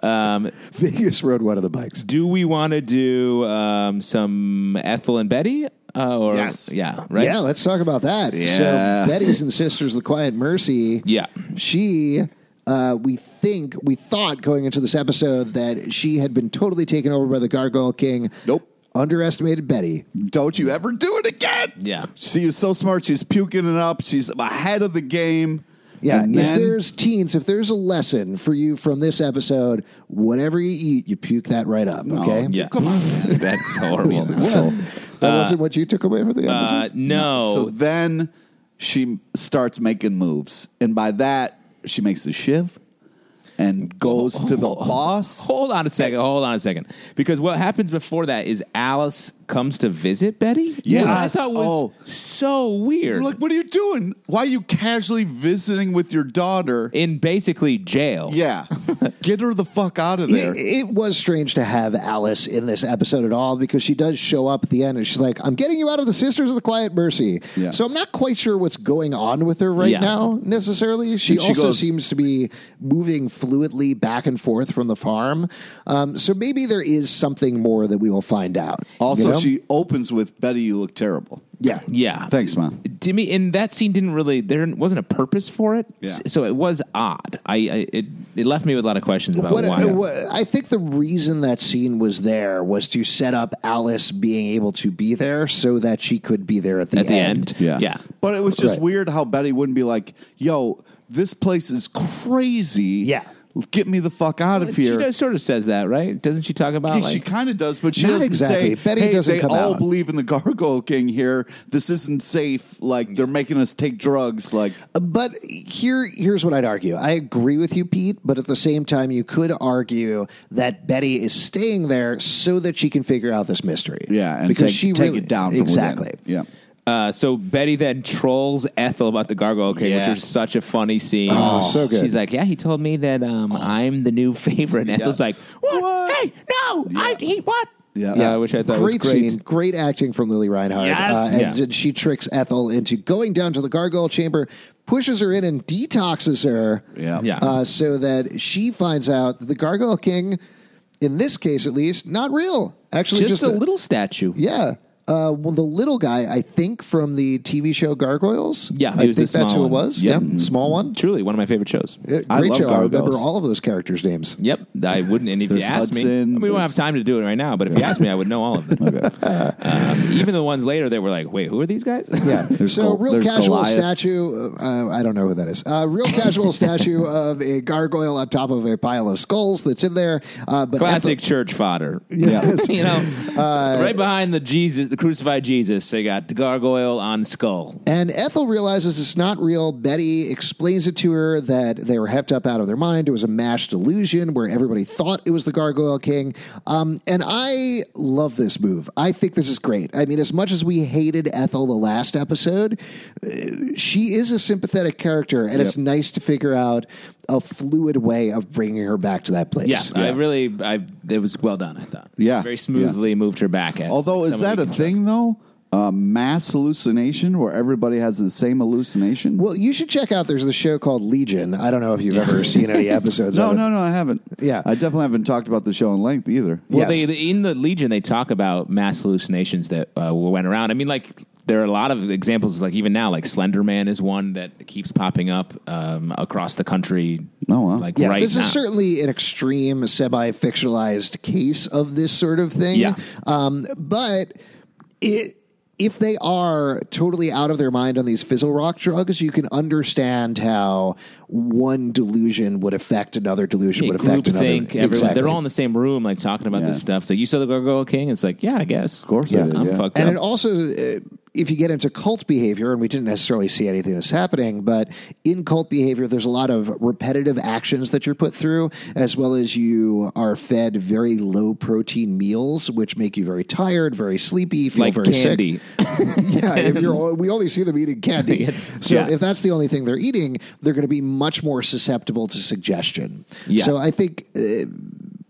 A: Um, Vegas rode one of the bikes.
B: Do we want to do um, some Ethel and Betty? Uh, or
C: Yes.
B: yeah, right.
A: Yeah, let's talk about that.
C: Yeah.
A: So Betty's and Sisters, The Quiet Mercy.
B: Yeah.
A: She, uh, we think, we thought going into this episode that she had been totally taken over by the Gargoyle King.
C: Nope.
A: Underestimated Betty.
C: Don't you ever do it again?
B: Yeah.
C: She is so smart. She's puking it up. She's ahead of the game.
A: Yeah,
C: And
A: if
C: then-
A: there's teens, if there's a lesson for you from this episode, whatever you eat, you puke that right up.
B: Oh,
A: Okay.
B: Yeah.
C: Come on.
B: That's horrible.
A: So that wasn't what you took away from the episode.
B: Uh, no.
C: So then she starts making moves, and by that she makes a shiv and goes to the boss.
B: hold on a second. Hold on a second. Because what happens before that is Alice comes to visit Betty.
C: Yes.
B: Which I thought was
C: Oh.
B: so weird.
C: Like, what are you doing? Why are you casually visiting with your daughter?
B: in basically jail.
C: Yeah, get her the fuck out of there.
A: It, it was strange to have Alice in this episode at all because she does show up at the end and she's like, I'm getting you out of the Sisters of the Quiet Mercy.
C: Yeah.
A: So I'm not quite sure what's going on with her right
B: Yeah.
A: now necessarily. She,
C: And she
A: also
C: goes-
A: seems to be moving fluidly back and forth from the farm. Um, so maybe there is something more that we will find out.
C: Also,
A: you know?
C: she opens with Betty, you look terrible.
A: Yeah.
B: Yeah.
C: Thanks, Mom.
B: to me, and that scene didn't really there wasn't a purpose for it,
C: Yeah.
B: so it was odd. I, I it it left me with a lot of questions about
A: What,
B: why.
A: what- I think the reason that scene was there was to set up Alice being able to be there so that she could be there at the,
B: At the
A: end.
B: end. Yeah. Yeah.
C: But it was just
A: Right.
C: weird how Betty wouldn't be like, yo, this place is crazy.
A: Yeah.
C: get me the fuck out of here.
B: She does sort of says that, right? Doesn't she talk about
C: Yeah, she
B: like
C: kind of does, but she
A: Not
C: doesn't
A: exactly.
C: say.
A: Betty
C: hey,
A: doesn't
C: they
A: come
C: all
A: out."
C: believe in the Gargoyle King here. This isn't safe. Like they're making us take drugs. Like
A: But here, here's what I'd argue. I agree with you, Pete. But at the same time, you could argue that Betty is staying there so that she can figure out this mystery.
C: yeah, and
A: because
C: take,
A: she
C: take
A: really,
C: it down from within.
A: exactly.
C: Yeah.
B: Uh, so Betty then trolls Ethel about the Gargoyle King,
C: Yeah.
B: which is such a funny scene.
A: Oh, so good.
B: She's like, "Yeah, he told me that um, I'm the new favorite." And Ethel's like, "What?
C: What?
B: Hey, no! I he what?" Uh,
C: Yeah.
B: which I thought
A: great,
B: was great.
A: scene, great acting from Lily Reinhardt.
C: Yes!
A: and
B: Yeah.
A: then she tricks Ethel into going down to the gargoyle chamber, pushes her in, and detoxes her.
C: Yeah.
B: Yeah.
A: Uh, so that she finds out that the gargoyle king, in this case at least, not real. Actually,
B: Just,
A: just,
B: a, little statue.
A: Yeah. Uh, well, the little guy, I think, from the TV show Gargoyles.
B: Yeah, he
A: I
B: was
A: think
B: the small
A: that's who
B: one.
A: it was.
B: Yep.
A: Yeah, small one.
B: Truly, one of my favorite shows.
A: Uh,
C: I
A: great
C: love
A: show. I remember
C: Gargoyles.
A: all of those characters' names.
B: Yep, I wouldn't. And if you
C: There's
B: asked me, I
C: Hudson,
B: mean, we don't
C: there's-
B: have time to do it right now. But if you asked me, I would know all of them. Um, even the ones later that were like, "Wait, who are these guys?"
A: Yeah.
C: There's
A: so,
C: Gol-
A: real
C: there's
A: casual
C: Goliath.
A: statue. Uh, I don't know who that is. Uh, real casual statue of a gargoyle on top of a pile of skulls that's in there. Uh, but
B: Classic church fodder.
C: Yeah.
B: you know,
C: Uh,
B: right behind the Jesus, the crucified Jesus, they got the gargoyle on skull.
A: And Ethel realizes it's not real. Betty explains it to her that they were hepped up out of their mind. It was a mash delusion where everybody thought it was the Gargoyle King. Um, and I love this move. I think this is great. I mean, as much as we hated Ethel the last episode, uh, she is a sympathetic character, and it's nice to figure out a fluid way of bringing her back to that
B: Yeah,
A: place.
B: I really, I it was well done. I thought.
C: Yeah.
B: very smoothly moved her back. As,
C: Although
B: like,
C: is
B: someone
C: that a
B: you can
C: thing
B: trust.
C: though? Uh, mass hallucination where everybody has the same hallucination.
A: Well, you should check out. There's a show called Legion. I don't know if you've ever seen any episodes.
C: no,
A: of it.
C: no, no, I haven't.
A: Yeah.
C: I definitely haven't talked about the show in length either.
B: Well,
A: Yes.
B: they, in the Legion, they talk about mass hallucinations that uh, went around. I mean, like there are a lot of examples. Like even now, like Slender Man is one that keeps popping up um, across the country.
C: Oh, wow.
B: like
A: Yeah,
B: right
A: this
B: now.
A: is certainly an extreme, semi-fictionalized case of this sort of thing.
B: Yeah.
A: Um, but it, if they are totally out of their mind on these fizzle rock drugs, you can understand how one delusion would affect another delusion would affect
B: group
A: another.
B: think. Everyone, they're all in the same room, like talking about
C: Yeah.
B: this stuff. So you saw the Gargoyle King. It's like, yeah, I guess. Of
C: course I Yeah. did,
B: I'm
C: yeah.
B: fucked
A: and
B: up.
A: it also, uh, if you get into cult behavior, and we didn't necessarily see anything that's happening, but in cult behavior, there's a lot of repetitive actions that you're put through, as well as you are fed very low protein meals, which make you very tired, very sleepy, feel
B: like
A: very sick
B: candy.
A: yeah, if you're, we only see them eating candy. So
B: Yeah.
A: if that's the only thing they're eating, they're going to be much more susceptible to suggestion.
B: Yeah.
A: So I think, uh,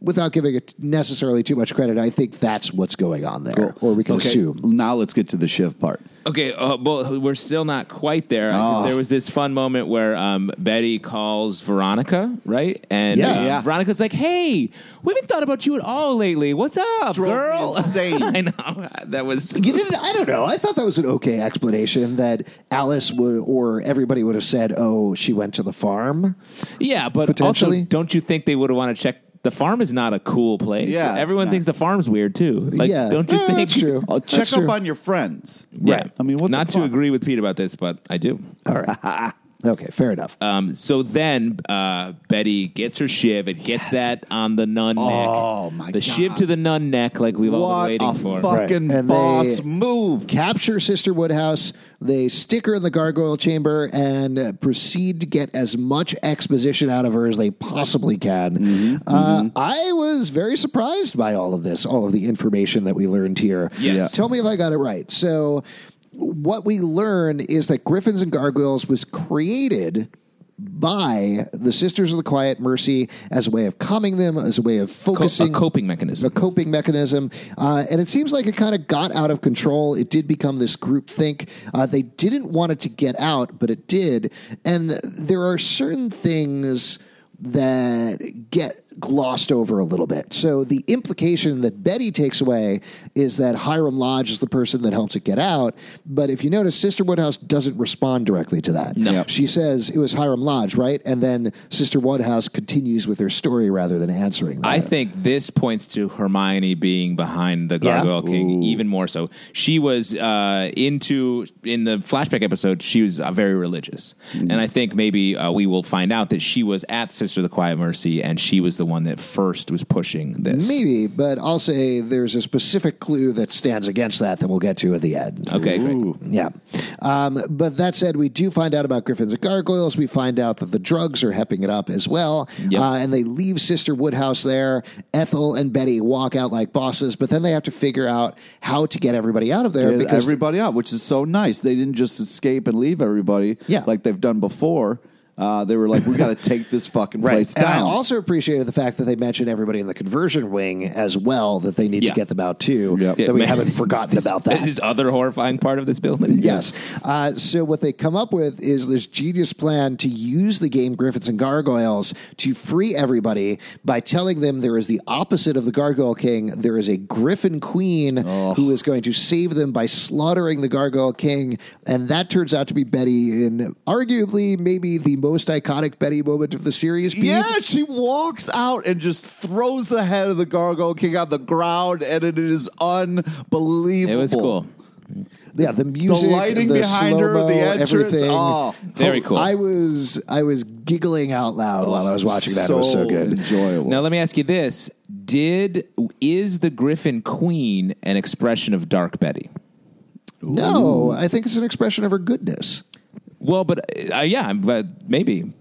A: without giving it necessarily too much credit, I think that's what's going on there, or we can
C: Okay,
A: assume.
C: Now let's get to the shiv part.
B: Okay, uh, well, we're still not quite there. 'cause
C: Oh.
B: There was this fun moment where um, Betty calls Veronica, right? And
A: Yeah.
B: uh,
C: Yeah.
B: Veronica's like, "Hey, we haven't thought about you at all lately. What's up,
C: Drove me
B: girl?"
C: insane.
B: I know that was.
A: You didn't. I don't know. I thought that was an okay explanation that Alice would or everybody would have said, "Oh, she went to the farm."
B: Yeah, but also,
A: Potentially.
B: don't you think they would want to check? The farm is not a cool place.
C: Yeah, it's
B: everyone
C: not.
B: thinks the farm's weird too. Like,
A: yeah,
B: don't you
A: Eh,
B: think?
A: that's true?
C: Oh,
A: That's
C: check up
A: true.
C: on your friends.
B: Yeah,
A: Right.
C: I mean, what the
B: not to
C: fuck?
B: agree with Pete about this, but I do.
A: All right. Okay, fair enough.
B: Um, so then uh, Betty gets her shiv and gets that on the nun neck.
C: Oh, my
B: the
C: God.
B: shiv to the nun neck, like we've all
C: What
B: been
C: a
B: waiting for.
C: fucking
A: Right. And
C: boss
A: they-
C: move.
A: capture Sister Woodhouse. They stick her in the gargoyle chamber and uh, proceed to get as much exposition out of her as they possibly can.
B: Mm-hmm.
A: uh, I was very surprised by all of this, all of the information that we learned here.
B: Yes. Yeah.
A: Tell me if I got it right. So, what we learn is that Griffins and Gargoyles was created by the Sisters of the Quiet Mercy as a way of calming them, as a way of
B: Co- uh, a
A: focusing
B: coping
A: a
B: mechanism.
A: coping mechanism. Uh, and it seems like it kind of got out of control. It did become this group think. Uh, they didn't want it to get out, but it did. And there are certain things that get glossed over a little bit. So the implication that Betty takes away is that Hiram Lodge is the person that helps it get out. But if you notice, Sister Woodhouse doesn't respond directly to that.
B: No. Yep.
A: She says it was Hiram Lodge, right? And then Sister Woodhouse continues with her story rather than answering that.
B: I think this points to Hermione being behind the
A: Yeah.
B: Gargoyle King even more so. She was uh, into in the flashback episode. She was uh, very religious,
C: Mm.
B: and I think maybe uh, we will find out that she was at Sister of the Quiet Mercy, and she was the one that first was pushing this.
A: Maybe, but I'll say there's a specific clue that stands against that that we'll get to at the end.
B: Okay, great.
A: Yeah. Um, but that said, we do find out about Griffins and Gargoyles. We find out that the drugs are hepping it up as well.
B: Yep.
A: Uh, and they leave Sister Woodhouse there. Ethel and Betty walk out like bosses, but then they have to figure out how to get everybody out of there
C: Get
A: because
C: everybody out, which is so nice. They didn't just escape and leave everybody
A: Yeah.
C: like they've done before. Uh, they were like, we got to take this fucking place
A: And I
C: down.
A: also appreciated the fact that they mentioned everybody in the conversion wing as well, that they need
B: Yeah.
A: to get them out too,
C: Yep.
A: that
B: Yeah,
A: we
B: man.
A: haven't forgotten about that.
B: This is other horrifying part of this building.
A: Yes. Uh, so what they come up with is this genius plan to use the game Griffins and Gargoyles to free everybody by telling them there is the opposite of the Gargoyle King. There is a Griffin Queen who is going to save them by slaughtering the Gargoyle King, and that turns out to be Betty in arguably maybe the most iconic Betty moment of the series. Pete.
C: yeah, she walks out and just throws the head of the gargoyle king on the ground, and it is unbelievable.
B: It was cool.
A: Yeah, the music,
C: lighting behind her,
A: slow-mo,
C: the entrance,
A: everything.
C: oh.
B: Very cool.
A: I was I was giggling out loud while I
C: Oh,
A: was watching that. it was so good.
C: enjoyable.
B: Now let me ask you this: Did is the Griffin Queen an expression of Dark Betty?
A: No, I think it's an expression of her goodness.
B: Well, but uh, yeah, but maybe.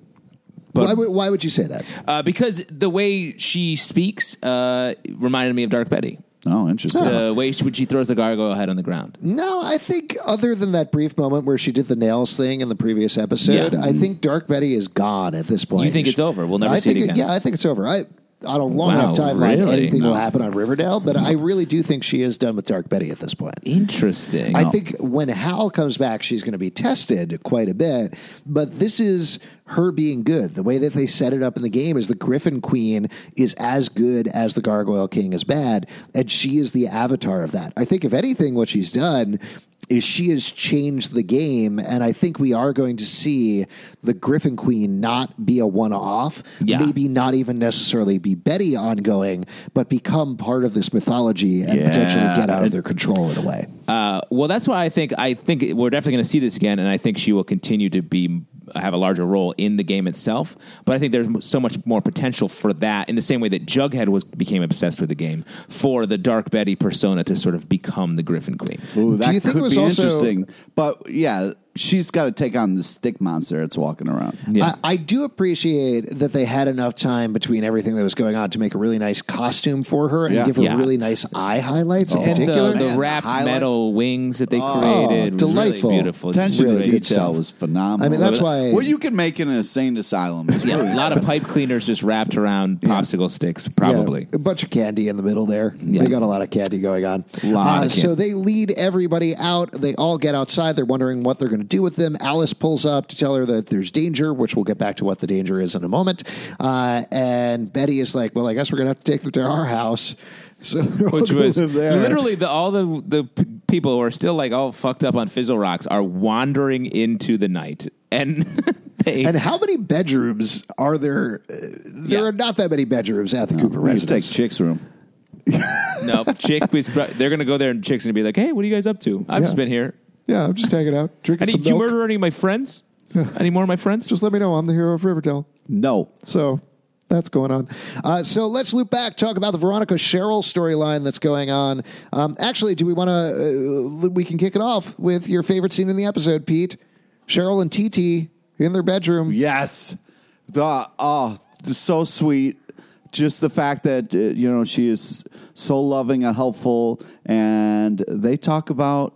B: But
A: Why would, why would you say that?
B: uh, because the way she speaks uh, reminded me of Dark Betty.
C: oh, interesting.
B: The way she, when she throws the gargoyle head on the ground.
A: No, I think other than that brief moment where she did the nails thing in the previous episode,
B: Yeah.
A: I think Dark Betty is gone at this point.
B: You think it's over? We'll never
A: I
B: see it
A: think
B: again.
A: Yeah, I think it's over. I on a long
B: Wow,
A: enough timeline,
B: really?
A: anything will happen on Riverdale, but I really do think she is done with Dark Betty at this point.
B: Interesting.
A: I think when Hal comes back, she's going to be tested quite a bit. But this is her being good. The way that they set it up in the game is the Griffin Queen is as good as the Gargoyle King is bad, and she is the avatar of that. I think, if anything, what she's done is she has changed the game, and I think we are going to see the Griffin Queen not be a one off,
B: Yeah.
A: maybe not even necessarily be Betty ongoing, but become part of this mythology and
C: Yeah.
A: potentially get out of their control in a way.
B: Uh, well, that's why I think I think we're definitely going to see this again, and I think she will continue to be have a larger role in the game itself. But I think there's m- so much more potential for that in the same way that Jughead was became obsessed with the game for the Dark Betty persona to sort of become the Griffin Queen.
C: Ooh, that
A: you think
C: could
A: it was
C: be
A: also-
C: interesting. But yeah, she's got to take on the stick monster that's walking around.
B: Yeah.
A: I, I do appreciate that they had enough time between everything that was going on to make a really nice costume for her and
C: Yeah.
A: give her
B: Yeah.
A: really nice eye highlights in
B: And uh,
A: particular.
B: the, the
C: man,
B: wrapped
C: the highlights.
B: metal wings that they created, was
A: delightful.
B: really beautiful, Just
C: Attention
A: Really
C: to
A: good
C: detail
A: stuff.
C: was phenomenal.
A: I mean, that's why-
C: What you can make in an insane asylum is
B: Yeah,
C: really
B: a lot of pipe cleaners just wrapped around popsicle sticks, probably.
A: Yeah, a bunch of candy in the middle there. They got a lot of candy going on.
B: Lot
A: Uh,
B: of
A: So they lead everybody out. They all get outside. They're wondering what they're going to do with them. Alice pulls up to tell her that there's danger, which we'll get back to what the danger is in a moment. Uh, and Betty is like, "Well, I guess we're going to have to take them to our house." So
B: Which was
A: there.
B: literally the all the the p- people who are still like all fucked up on Fizzle Rocks are wandering into the night, and they
A: And how many bedrooms are there? uh, There
B: Yeah.
A: are not that many bedrooms at the Cooper
C: You should take
A: residence.
C: Chick's room.
B: no chick was pro- they're gonna go there and chicks gonna be like, hey, what are you guys up to? I've just been here.
A: yeah, I'm just hanging out, drinking
B: Any,
A: some
B: did you
A: milk.
B: murder any of my friends? Any more of my friends?
A: just let me know. I'm the hero of Riverdale.
C: No.
A: So that's going on. Uh, so let's loop back, talk about the Veronica Cheryl storyline that's going on. Um, actually, do we want to? Uh, we can kick it off with your favorite scene in the episode, Pete. Cheryl and TT in their bedroom.
C: Yes. The, oh, so sweet. Just the fact that, uh, you know, she is so loving and helpful. And they talk about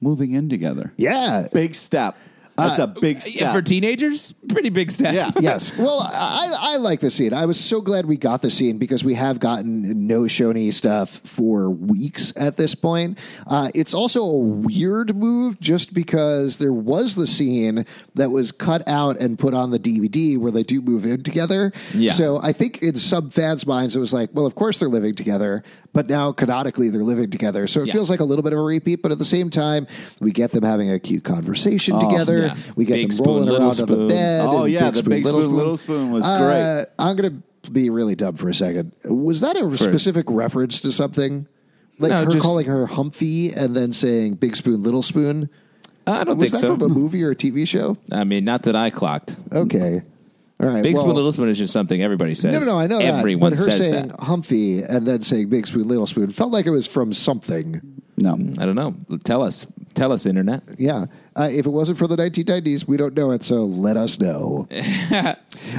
C: moving in together.
A: Yeah.
C: Big step. That's a big step.
B: Uh, For teenagers, pretty big step.
C: yeah.
A: yes. Well, I, I like the scene. I was so glad we got the scene because we have gotten no Shoney stuff for weeks at this point. Uh, it's also a weird move just because there was the scene that was cut out and put on the DVD where they do move in together.
B: Yeah.
A: So I think in some fans' minds, it was like, well, of course they're living together, but now canonically they're living together. So it
B: Yeah.
A: feels like a little bit of a repeat, but at the same time, we get them having a cute conversation together.
B: Oh, yeah.
A: We get
B: Big
A: them rolling
B: spoon, little
A: around on the
B: spoon.
A: bed.
C: Oh,
A: and
C: yeah, the Big Spoon, Little Spoon was
A: Uh, I'm gonna be really dumb for a second. Was that a specific reference to something? Like
B: No,
A: her
B: just-
A: calling her Humphy and then saying Big Spoon, Little Spoon.
B: I don't think
A: Was that
B: so.
A: from a movie or a TV show?
B: I mean, not that I clocked.
A: Okay, all right.
B: Big
A: well,
B: spoon, little spoon is just something everybody says.
A: No, no, no. I know
B: everyone
A: that. But her
B: says
A: saying
B: that.
A: Humphy and then saying Big Spoon, Little Spoon felt like it was from something.
C: No.
B: I don't know. Tell us, tell us, internet.
A: Yeah. Uh, if it wasn't for the 1990s, we don't know it, so let us know.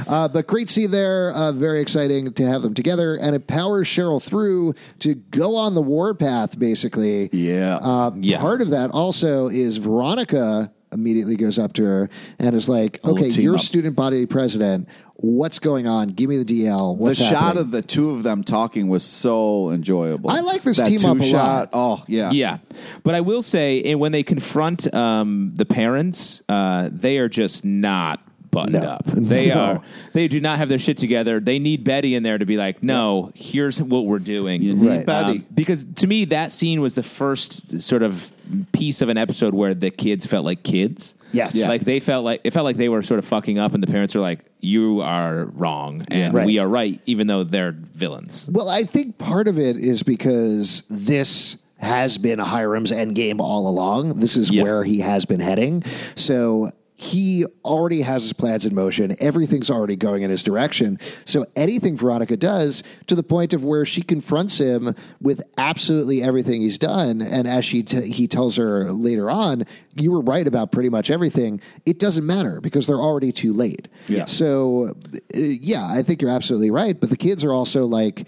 A: Uh, but great scene there. Uh, very exciting to have them together, and it powers Cheryl through to go on the warpath, basically.
C: Yeah.
A: Uh,
B: Yeah.
A: Part of that also is Veronica immediately goes up to her and is like,
C: little
A: "Okay,
C: team
A: you're
C: up.
A: student body president. What's going on? Give me the DL.
C: the
A: What's
C: shot
A: happening?"
C: of the two of them talking was so enjoyable.
A: I like this
C: that
A: team
C: two
A: up a
C: shot. Oh yeah,
B: Yeah, but I will say, and when they confront um, the parents, uh, they are just not buttoned
A: No.
B: up. They
A: No.
B: are. They do not have their shit together. They need Betty in there to be like, "No, here's what we're doing."
C: You need
A: Right.
C: Betty.
B: Um, because to me, that scene was the first sort of piece of an episode where the kids felt like kids.
A: Yes. Yeah.
B: like they felt like it felt like they were sort of fucking up, and the parents are like, "You are wrong, and
A: Right.
B: we are right," even though they're villains.
A: Well, I think part of it is because this has been Hiram's endgame all along. This is
B: Yeah.
A: where he has been heading. So he already has his plans in motion. Everything's already going in his direction. So anything Veronica does to the point of where she confronts him with absolutely everything he's done. And as she t- he tells her later on, you were right about pretty much everything. It doesn't matter because they're already too late.
C: Yeah.
A: So, uh, yeah, I think you're absolutely right. But the kids are also like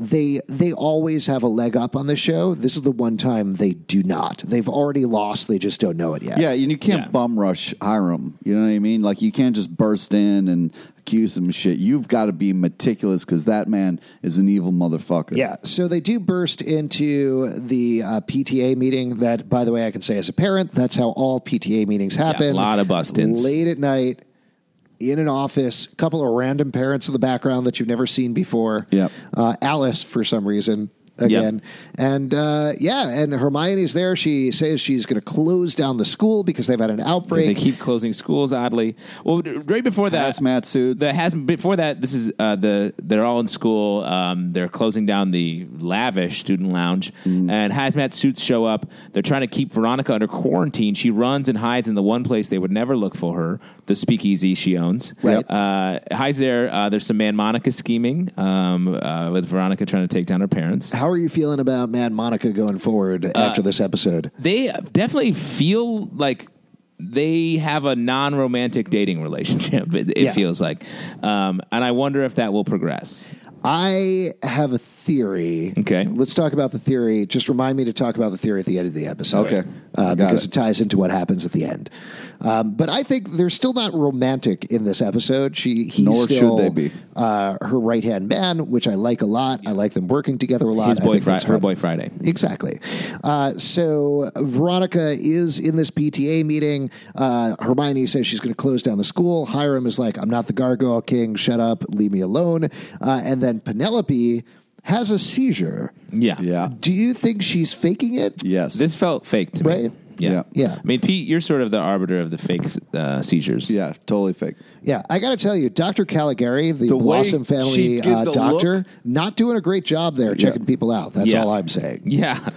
A: they they always have a leg up on the show. This is the one time they do not. They've already lost. They just don't know it yet.
C: Yeah, and you can't
B: Yeah.
C: bum rush Hiram. You know what I mean? Like you can't just burst in and accuse him of shit. You've got to be meticulous because that man is an evil motherfucker.
A: Yeah, so they do burst into the uh, PTA meeting. That, by the way, I can say as a parent, that's how all PTA meetings happen.
B: lot of bust-ins.
A: late at night in an office. A couple of random parents in the background that you've never seen before.
C: Yep.
A: uh, Alice for some reason again, and uh, yeah, and Hermione's there. She says she's going to close down the school because they've had an
B: They
A: outbreak.
B: keep closing schools. Oddly, well, right before that,
C: Hazmat suits.
B: The has before that. This is uh, the they're all in school. Um, they're closing down the lavish student lounge,
A: Mm.
B: and hazmat suits show up. They're trying to keep Veronica under quarantine. She runs and hides in the one place they would never look for her, the speakeasy she owns.
A: Right.
B: Uh, hides there. Uh, there's some man Monica scheming um, uh, with Veronica trying to take down her parents.
A: How are you feeling about Mad Monica going forward
B: Uh,
A: after this episode?
B: They definitely feel like. They have a non-romantic dating relationship. It, it
A: Yeah.
B: feels like, um, and I wonder if that will progress.
A: I have a theory.
B: Okay.
A: Let's talk about the theory. Just remind me to talk about the theory at the end of the episode.
C: Okay.
A: Uh,
C: I got
A: because it.
C: it.
A: ties into what happens at the end. Um, but I think they're still not romantic in this episode. She, he's
C: Nor should
A: still,
C: they be.
A: Uh, her right hand man, which I like a lot. I like them working together a lot.
B: His
A: I think
B: boy Fri-
A: that's
B: her
A: fun.
B: boy Friday.
A: Exactly. Uh, so Veronica is in this PTA meeting. Uh, Hermione says she's going to close down the school. Hiram is like, I'm not the Gargoyle King. Shut up. Leave me alone. Uh, and then Penelope has a seizure.
B: Yeah.
C: Yeah.
A: Do you think she's faking it?
C: Yes.
B: This felt fake to me.
A: Right?
B: Yeah.
C: Yeah.
A: Yeah.
B: I mean, Pete, you're sort of the arbiter of the fake uh, seizures.
C: Yeah, totally fake.
A: Yeah, I got to tell you, Dr. Caligari, the,
C: The way
A: Blossom
C: she
A: family
C: did
A: uh,
C: the
A: doctor,
C: look-
A: not doing a great job there checking people out. That's
B: Yeah.
A: all I'm saying.
B: Yeah.
C: She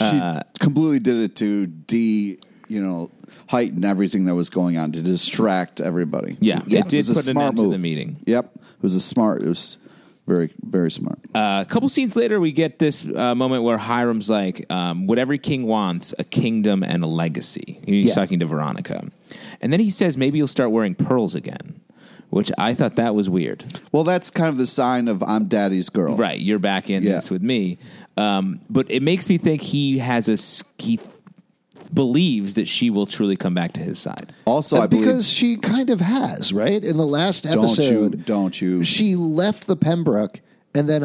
B: Uh-huh.
C: completely did it to de, you know, heighten everything that was going on to distract everybody.
B: Yeah.
A: Yeah.
B: It did
C: was a
B: put an
C: smart
B: end to
C: move.
B: the meeting.
C: Yep, it was a smart. It was very, very smart.
B: Uh, a couple scenes later, we get this uh, moment where Hiram's like, um, "What every king wants: a kingdom and a legacy." He's
A: Yeah.
B: talking to Veronica, and then he says, "Maybe you'll start wearing pearls again," which I thought that was weird.
C: Well, that's kind of the sign of I'm daddy's girl.
B: Right, you're back in
C: Yeah.
B: this with me. Um, but it makes me think he has a s- he th- believes that she will truly come back to his side.
C: Also, I believe
A: because she kind of has, right? In the last episode,
C: you- don't you.
A: She left the Pembroke and then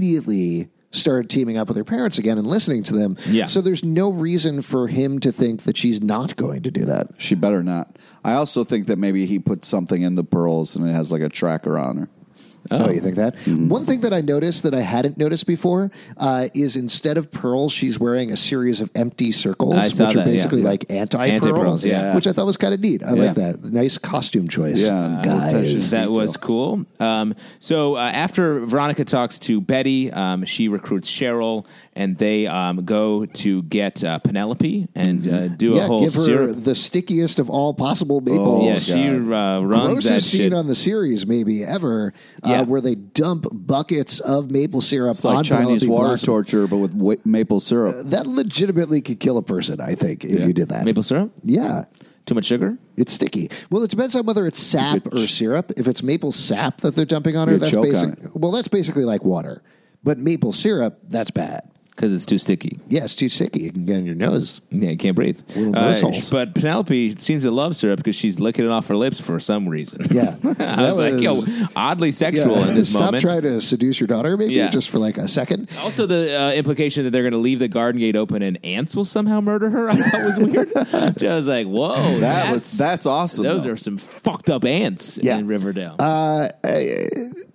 A: immediately started teaming up with her parents again and listening to them.
B: Yeah.
A: So there's no reason for him to think that she's not going to do that.
C: she better not. I also think that maybe he put something in the pearls and it has like a tracker on her.
A: Oh, you think that?
B: Mm-hmm.
A: One thing that I noticed that I hadn't noticed before uh, is instead of pearls, she's wearing a series of empty circles,
B: I
A: which
B: saw
A: are
B: that, yeah.
A: basically like anti-pearls,
B: Anti-pearls,
C: yeah.
A: which I thought was kind of neat. I
C: Yeah.
A: like that. Nice costume choice.
B: Uh,
C: Yeah,
A: guys.
B: That was cool. Um, so uh, after Veronica talks to Betty, um, she recruits Cheryl, and they um, go to get uh, Penelope and uh, do a
A: Yeah,
B: whole
A: give her
B: syrup.
A: the stickiest of all possible maples.
C: Oh,
B: yeah, she uh, runs
A: grossest
B: that
A: scene
B: shit.
A: on the series, maybe ever,
B: Yeah.
A: uh, where they dump buckets of maple syrup
C: It's like
A: on
C: Chinese
A: Penelope
C: water
A: Blossom.
C: torture, but with wa- maple syrup.
A: That legitimately could kill a person, I think, if you did that.
B: Maple syrup?
A: Yeah,
B: Too much sugar?
A: it's sticky. Well, it depends on whether it's sap
C: could
A: or
C: ch-
A: syrup. If it's maple sap that they're dumping on her,
C: You'd
A: that's
C: choke on
A: basic. Well, that's basically like water, but maple syrup, that's bad.
B: Because it's too sticky.
A: Yeah, it's too sticky. It can get in your nose.
B: Yeah, you can't breathe.
A: Little
B: Uh,
A: bristles.
B: but Penelope seems to love syrup because she's licking it off her lips for some reason.
A: Yeah,
B: I was, like, yo, oddly sexual in this
A: Stop
B: moment.
A: trying to seduce your daughter, maybe
B: Yeah.
A: just for like a second.
B: Also, the uh, implication that they're going to leave the garden gate open and ants will somehow murder her, I thought was weird. I was like, whoa.
C: That
B: that's,
C: was Uh, that's awesome.
B: Those
C: though.
B: are some fucked up ants
A: Yeah.
B: in Riverdale.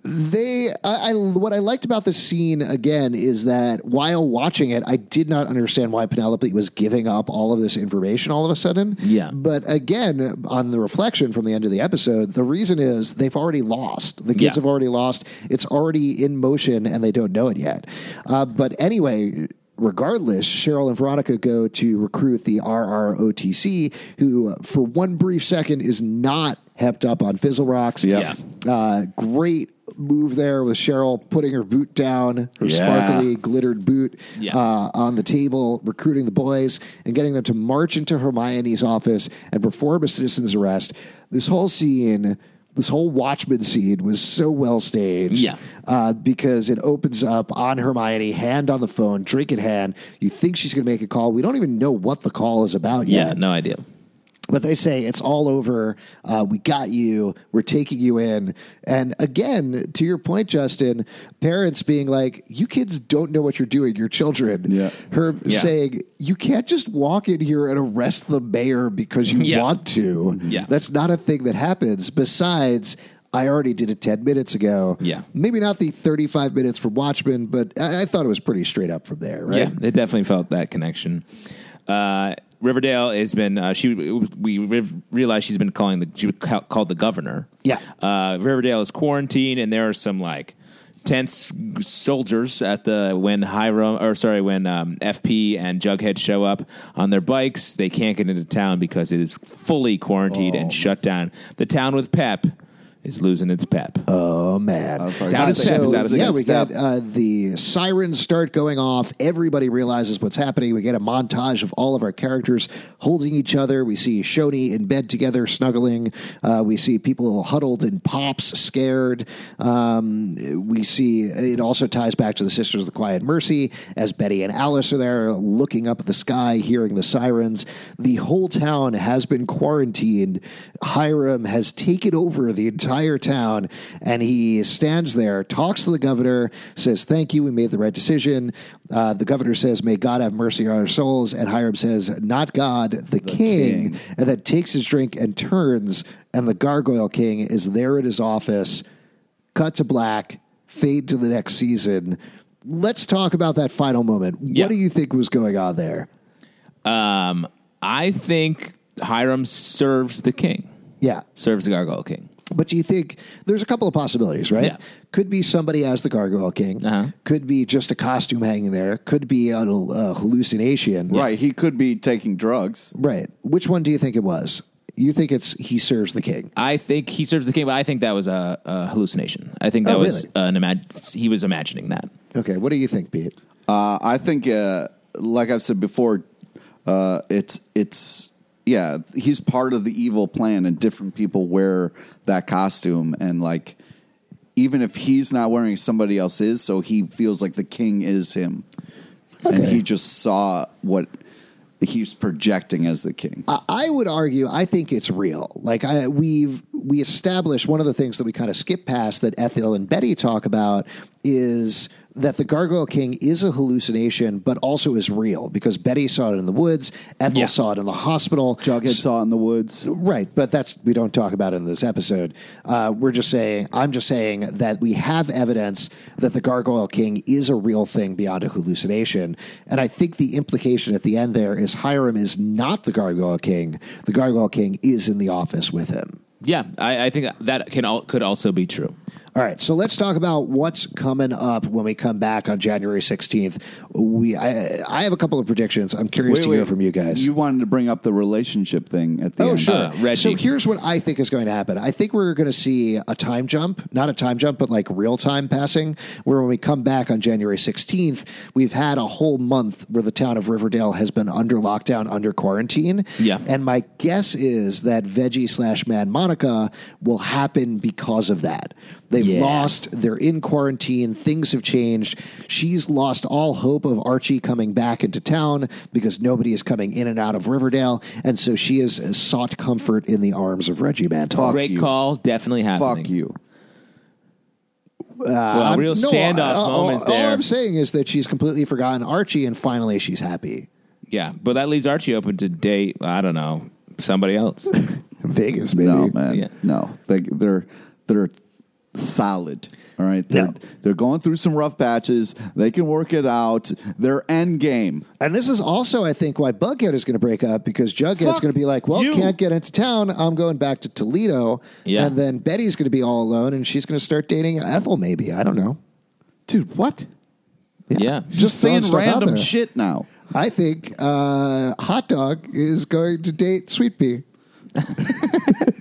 A: they I, I what I liked about this scene again is that while watching it, I did not understand why Penelope was giving up all of this information all of a sudden.
B: Yeah.
A: But again, on the reflection from the end of the episode, the reason is they've already lost. The kids
B: Yeah.
A: have already lost. It's already in motion and they don't know it yet. Uh, but anyway. Regardless, Cheryl and Veronica go to recruit the RROTC, who, uh, for one brief second, is not hepped up on Fizzle Rocks.
C: Yeah.
B: Yeah.
A: Uh, great move there with Cheryl putting her boot down, her
C: Yeah.
A: sparkly glittered boot
B: Yeah.
A: uh, on the table, recruiting the boys and getting them to march into Hermione's office and perform a citizen's arrest. This whole scene. This whole Watchmen scene was so well staged,
B: Yeah.
A: uh, because it opens up on Hermione, hand on the phone, drink in hand. You think she's going to make a call. We don't even know what the call is about yet.
B: yeah, no idea.
A: But they say it's all over. Uh, we got you. We're taking you in. And again, to your point, Justin, parents being like, "You kids don't know what you're doing. Your children."
C: Yeah.
A: Her
B: Yeah.
A: saying, "You can't just walk in here and arrest the mayor because you
B: Yeah.
A: want to."
B: Yeah.
A: That's not a thing that happens. Besides. I already did it 10 minutes ago.
B: Yeah.
A: Maybe not the 35 minutes for Watchmen, but I, I thought it was pretty straight up from there, right?
B: Yeah, it definitely felt that connection. Uh, Riverdale has been. Uh, she we re- realized she's been calling the she ca- called the governor.
A: Yeah.
B: uh, Riverdale is quarantined, and there are some like tense soldiers at the when Hiram or sorry when um, FP and Jughead show up on their bikes. They can't get into town because it is fully quarantined
A: Oh.
B: and shut down. The town with Pep is losing its pep.
A: Oh man!
C: forgot
A: Uh,
B: that step is out of
A: yeah,
C: step.
A: we
C: Step.
A: get uh, the sirens start going off. Everybody realizes what's happening. We get a montage of all of our characters holding each other. We see Shoney in bed together, snuggling. Uh, we see people huddled in pops, scared. Um, we see it also ties back to the Sisters of the Quiet Mercy as Betty and Alice are there, looking up at the sky, hearing the sirens. The whole town has been quarantined. Hiram has taken over the entire town, and he stands there, talks to the governor, says, Thank you, we made the right decision. Uh, the governor says, May God have mercy on our souls. And Hiram says, Not God, the, king. And then takes his drink and turns, and the gargoyle king is there at his office. Cut to black, fade to the next season. Let's talk about that final moment.
B: Yeah.
A: What do you think was going on there?
B: Um, I think Hiram serves the king.
A: Yeah.
B: Serves the Gargoyle King.
A: But do you think there's a couple of possibilities, right?
B: Yeah.
A: Could be somebody as the Gargoyle King.
B: Uh-huh.
A: Could be just a costume hanging there. Could be a, a hallucination.
C: Right, he could be taking drugs.
A: Right. Which one do you think it was? You think it's he serves the king?
B: I think he serves the king, but I think that was a, a hallucination. I think that
A: Oh,
B: was
A: really?
B: an imag- he was imagining that.
A: Okay. What do you think, Pete?
C: Uh, I think, uh, like I've said before, uh, it's it's yeah, he's part of the evil plan, and different people wear that costume, and like even if he's not wearing, it, somebody else is, so he feels like the king is him, and
A: Okay.
C: he just saw what he's projecting as the king.
A: I- I would argue. I think it's real. Like I, we've we established one of the things that we kind of skip past that Ethel and Betty talk about is that the Gargoyle King is a hallucination, but also is real because Betty saw it in the woods, Ethel
B: Yeah.
A: saw it in the hospital.
C: Jughead saw it in the woods.
A: Right, but that's we don't talk about it in this episode. Uh, we're just saying I'm just saying that we have evidence that the Gargoyle King is a real thing beyond a hallucination, and I think the implication at the end there is Hiram is not the Gargoyle King. The Gargoyle King is in the office with him.
B: Yeah, I, I think that can all, could also be true.
A: All right, so let's talk about what's coming up when we come back on January 16th. We I, I have a couple of predictions. I'm curious to hear from you guys.
C: You wanted to bring up the relationship thing at the
A: Oh,
C: end.
A: sure.
B: Uh, Reggie.
A: So here's what I think is going to happen. I think we're going to see a time jump, not a time jump, but like real time passing, where when we come back on January 16th, we've had a whole month where the town of Riverdale has been under lockdown, under quarantine.
B: Yeah.
A: And my guess is that Veggie slash Mad Monica will happen because of that. They've
B: Yeah.
A: lost, they're in quarantine, things have changed. She's lost all hope of Archie coming back into town because nobody is coming in and out of Riverdale. And so she has sought comfort in the arms of Reggie Mantle.
C: Fuck
B: Great
C: you.
B: call, definitely happening.
C: Fuck you.
B: Well, real
A: No,
B: standoff
A: uh, uh,
B: moment
A: all,
B: there.
A: All I'm saying is that she's completely forgotten Archie and finally she's happy.
B: yeah, but that leaves Archie open to date. I don't know somebody else.
A: Vegas, maybe.
C: No, man.
B: Yeah.
C: No. They they're they're solid. All right. They're
A: No.
C: they're going through some rough patches. They can work it out. They're end game.
A: And this is also, I think, why Bughead is going to break up because Jughead's
C: Fuck
A: going to be like, well,
C: you.
A: can't get into town. I'm going back to Toledo.
B: Yeah.
A: And then Betty's going to be all alone and she's going to start dating Ethel, maybe. I don't know.
C: Dude, what?
B: yeah,
C: Just
A: throwing
C: saying
A: stuff out
C: random
A: there.
C: shit now.
A: I think uh, Hot Dog is going to date Sweet Pea.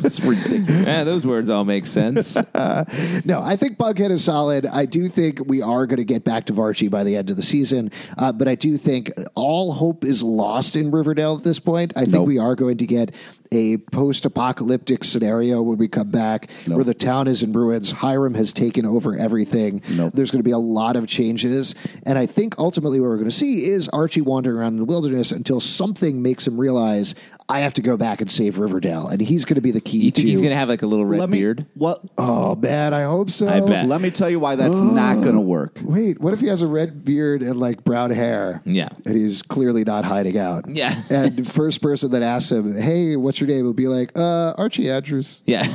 C: It's ridiculous.
B: yeah, those words all make sense.
A: No, I think Bughead is solid. I do think we are going to get back to Varchi by the end of the season, uh, but I do think all hope is lost in Riverdale at this point. I think
C: Nope.
A: we are going to get a post-apocalyptic scenario when we come back,
C: Nope.
A: where the town is in ruins. Hiram has taken over everything.
C: Nope.
A: There's going to be a lot of changes, and I think ultimately what we're going to see is Archie wandering around in the wilderness until something makes him realize I have to go back and save Riverdale, and he's going to be the key.
B: You think
A: to,
B: he's gonna have like a little red
C: Let me
B: beard?
C: what
A: Oh man, I hope so.
B: I bet.
C: let me tell you why that's not gonna work.
A: Wait, what if he has a red beard and like brown hair?
B: Yeah.
A: And he's clearly not hiding out.
B: Yeah.
A: and the first person that asks him, hey, what's your name? will be like, uh, Archie Andrews.
B: Yeah,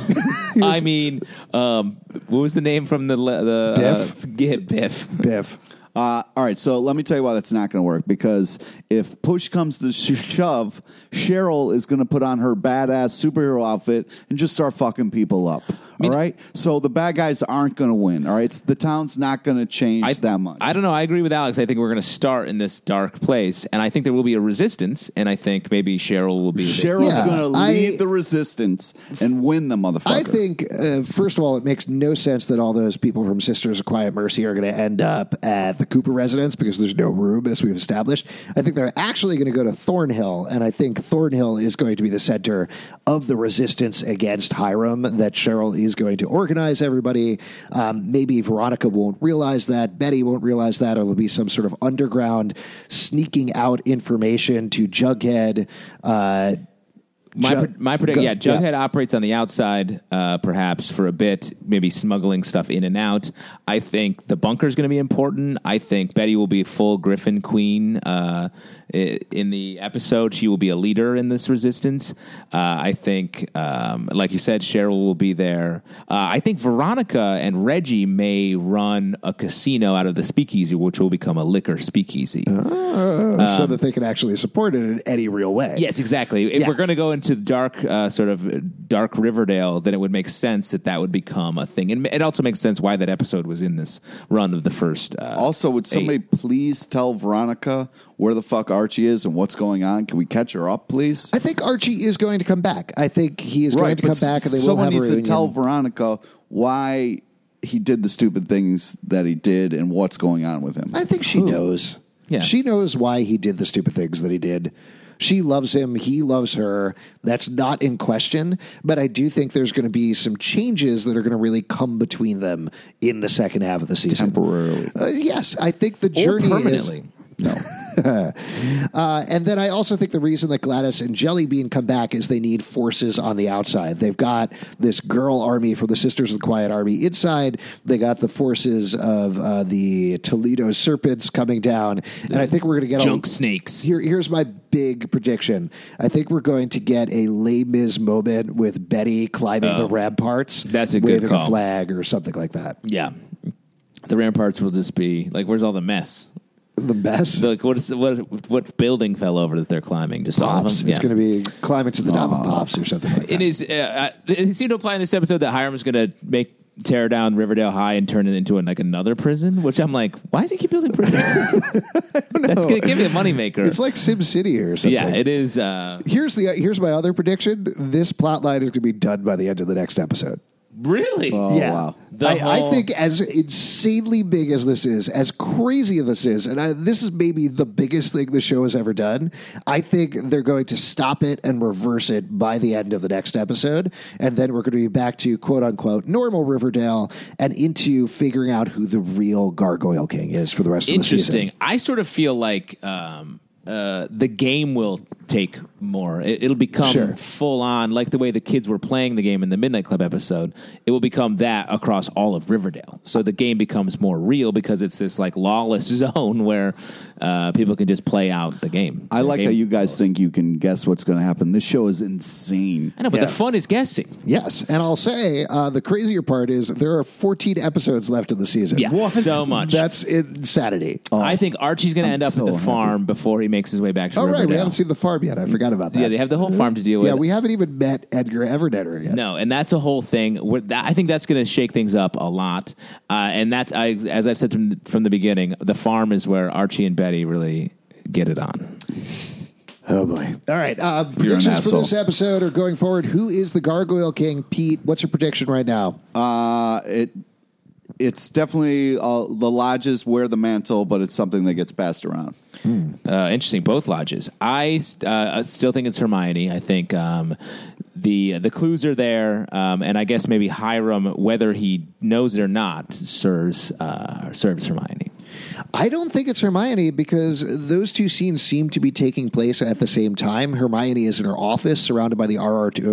B: I mean, um, what was the name from the le- the Uh, yeah, Biff.
A: Biff.
C: Uh, all right, so let me tell you why that's not going to work. Because if push comes to sh- shove, Cheryl is going to put on her badass superhero outfit and just start fucking people up. all right, so the bad guys aren't going to win. All right, it's, the town's not going to change that much.
B: I don't know. I agree with Alex. I think we're going to start in this dark place, and I think there will be a resistance, and I think maybe Cheryl will be. the-
C: Cheryl's
A: Yeah,
C: going to
A: I-
C: lead the resistance and win the motherfucker.
A: I think, uh, first of all, it makes no sense that all those people from Sisters of Quiet Mercy are going to end up at the Cooper residence because there's no room, as we've established. I think they're actually going to go to Thornhill, and I think Thornhill is going to be the center of the resistance against Hiram. That Cheryl is going to organize everybody. Um, maybe Veronica won't realize that. Betty won't realize that. Or there'll be some sort of underground sneaking out information to Jughead. Uh,
B: My,
A: Jug-
B: pr- my prediction,
A: Go-
B: yeah, Jughead operates on the outside, uh, perhaps for a bit, maybe smuggling stuff in and out. I think the bunker is going to be important. I think Betty will be full Griffin Queen uh, i- in the episode. She will be a leader in this resistance. Uh, I think, um, like you said, Cheryl will be there. Uh, I think Veronica and Reggie may run a casino out of the speakeasy, which will become a liquor speakeasy.
A: so
C: Um,
A: that they can actually support it in any real way.
B: Yes, exactly. If
A: Yeah.
B: we're going to go into dark, uh, sort of dark Riverdale, then it would make sense that that would become a thing. And it also makes sense why that episode was in this run of the first. Uh,
C: Also, would somebody please tell Veronica where the fuck Archie is and what's going on? Can we catch her up, please?
A: I think Archie is going to come back. I think he is going to
C: but
A: come back, and they will
C: someone
A: have a
C: needs
A: reunion.
C: to tell Veronica why he did the stupid things that he did and what's going on with him.
A: I think she knows.
B: Yeah.
A: she knows why he did the stupid things that he did. She loves him. He loves her. That's not in question. But I do think there's going to be some changes that are going to really come between them in the second half of the season.
C: Temporarily.
A: Uh, yes, I think the journey is.
B: permanently.
C: No.
A: Uh, and then I also think the reason that Gladys and Jellybean come back is they need forces on the outside. They've got this girl army from the Sisters of the Quiet Army inside. They got the forces of uh, the Toledo Serpents coming down, and I think we're going to get
D: Junk
A: a,
D: snakes.
A: here, here's my big prediction. I think we're going to get a Les Mis moment with Betty climbing the ramparts.
B: Oh. That's a good
A: waving a
B: call.
A: flag or something like that.
B: Yeah. The ramparts will just be like, where's all the mess?
A: The best.
B: Like, what is what what building fell over that they're climbing? Just all of
A: pops.
B: them?
A: It's
B: Yeah.
A: going to be climbing to the top of pops or something like
B: It
A: that.
B: is. Uh, uh, it seemed to apply in this episode that Hiram's going to make tear down Riverdale High and turn it into an, like another prison. Which I'm like, why does he keep building prisons? That's going to give me a moneymaker.
A: It's like Sim City or something.
B: yeah, it is. Uh,
A: Here's the here's my other prediction. This plot line is going to be done by the end of the next episode.
B: really.
A: yeah,
C: wow.
B: The
A: Oh, I, I
B: whole-
A: think as insanely big as this is, as crazy as this is, and I, this is maybe the biggest thing the show has ever done. I think they're going to stop it and reverse it by the end of the next episode, and then we're going to be back to quote unquote normal Riverdale and into figuring out who the real Gargoyle King is for the rest of the season.
B: Interesting. I sort of feel like um, uh, the game will take more. It, it'll become
A: Sure.
B: full on, like the way the kids were playing the game in the Midnight Club episode. It will become that across all of Riverdale. So the game becomes more real because it's this like lawless zone where uh, people can just play out the game.
C: I
B: The
C: like
B: game
C: how you guys
B: rules.
C: think you can guess what's going to happen. This show is insane.
B: I know, but
A: Yeah.
B: the fun is guessing.
A: Yes, and I'll say uh, the crazier part is there are 14 episodes left in the season.
B: Yeah, What? so much.
A: That's insanity.
B: I think Archie's going to
C: I'm
B: end up
C: so
B: at the
C: happy.
B: farm before he makes his way back to
A: oh,
B: Riverdale.
A: right, we haven't seen the farm yet. I forgot about that.
B: yeah, they have the whole farm to deal with.
A: Yeah, we haven't even met Edgar Evernetter yet.
B: No, and that's a whole thing. Where that, I think that's going to shake things up a lot. Uh, and that's I, as I've said from from the beginning, the farm is where Archie and Betty really get it on.
A: Oh boy! All right, uh, predictions for
C: asshole.
A: this episode or going forward. Who is the Gargoyle King, Pete? What's your prediction right now?
C: Uh, it it's definitely uh, the lodges wear the mantle, but it's something that gets passed around.
B: Uh, interesting, both lodges. I st- uh, still think it's Hermione. I think um, the the clues are there, um, and I guess maybe Hiram, whether he knows it or not, serves uh, serves Hermione.
A: I don't think it's Hermione because those two scenes seem to be taking place at the same time. Hermione is in her office surrounded by the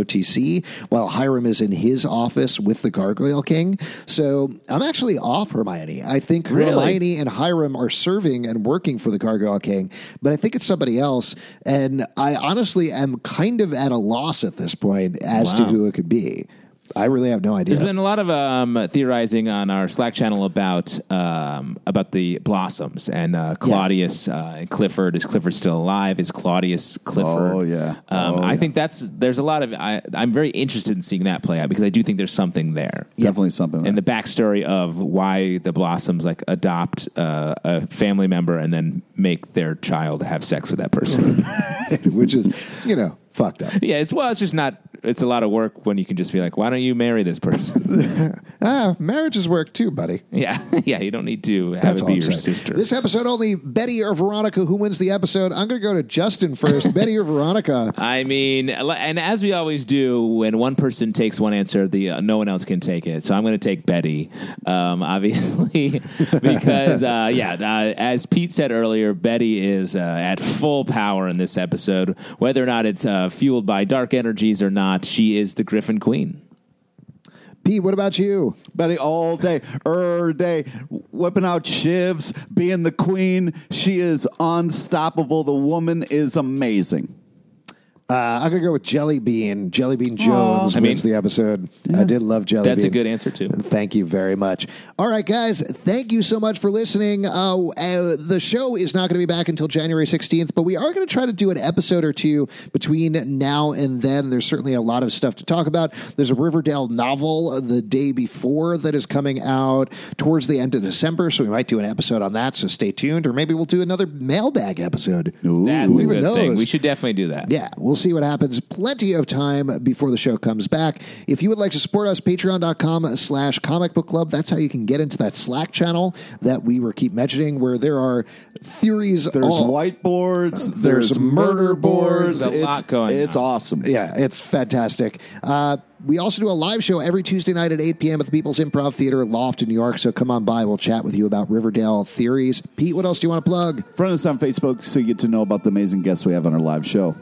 A: RROTC, while Hiram is in his office with the Gargoyle King. So I'm actually off Hermione. I think
B: Really?
A: Hermione and Hiram are serving and working for the Gargoyle King, but I think it's somebody else. And I honestly am kind of at a loss at this point as to
B: Wow.
A: who it could be. I really have no idea.
B: There's been a lot of um, theorizing on our Slack channel about um, about the blossoms and uh, Claudius uh, and Clifford. Is Clifford still alive? Is Claudius Clifford?
C: Oh, yeah.
B: Um,
C: Oh,
B: I
C: yeah.
B: think that's there's a lot of I, I'm very interested in seeing that play out because I do think there's something there.
C: Definitely something.
B: And
C: that-
B: the backstory of why the blossoms like adopt uh, a family member and then make their child have sex with that person.
A: which is, you know, fucked up.
B: yeah, it's well, it's just not. It's a lot of work when you can just be like, why don't you marry this person?
A: Ah, marriages work too, buddy.
B: Yeah, yeah. You don't need to have
A: That's
B: it
A: all
B: be
A: I'm
B: your
A: saying.
B: sister.
A: This episode only Betty or Veronica who wins the episode. I'm going to go to Justin first. Betty or Veronica?
B: I mean, and as we always do, when one person takes one answer, the uh, no one else can take it. So I'm going to take Betty, um, obviously, because uh, yeah, uh, as Pete said earlier, Betty is uh, at full power in this episode. Whether or not it's uh, fueled by dark energies or not, she is the Griffin Queen.
A: Pete, what about you?
C: Betty all day, er day, whipping out shivs, being the queen. She is unstoppable. The woman is amazing.
A: Uh, I'm going to go with Jelly Bean. Jelly Bean Jones
B: I mean-
A: wins the episode. I did love Jelly
B: That's a
A: Bean.
B: good answer too.
A: Thank you very much. All right, guys, thank you so much for listening. Uh, uh, the show is not going to be back until January 16th, but we are going to try to do an episode or two between now and then. There's certainly a lot of stuff to talk about. There's a Riverdale novel uh, the day before that is coming out towards the end of December, so we might do an episode on that, so stay tuned, or maybe we'll do another mailbag episode.
B: That's a
A: Who even
B: good thing.
A: knows?
B: We should definitely do that.
A: Yeah, we'll We'll see what happens. Plenty of time before the show comes back. If you would like to support us, patreon.com slash comic book club. That's how you can get into that Slack channel that we were keep mentioning where there are theories.
C: There's
A: all- There's
C: whiteboards. Oh. There's,
A: murder
C: murder boards.
B: There's a
C: it's
B: lot going
C: it's
B: on.
C: awesome.
A: Yeah, it's fantastic. Uh, we also do a live show every Tuesday night at 8 p.m. at the People's Improv Theater, Loft in New York. So come on by. We'll chat with you about Riverdale theories. Pete, what else do you want to plug?
C: Friend us on Facebook so you get to know about the amazing guests we have on our live show.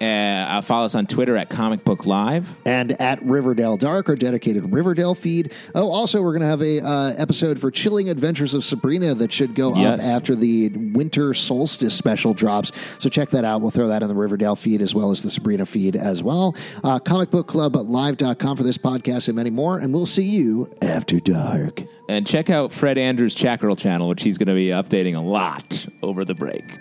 B: Uh, follow us on Twitter at Comic Book Live.
A: And at Riverdale Dark, our dedicated Riverdale feed. Oh, also, we're going to have a uh, episode for Chilling Adventures of Sabrina that should go
B: Yes.
A: up after the Winter Solstice special drops. So check that out. We'll throw that in the Riverdale feed as well as the Sabrina feed as well. Uh, comicbookclublive.com for this podcast and many more. And we'll see you after dark.
B: And check out Fred Andrews' Chackerel channel, which he's going to be updating a lot over the break.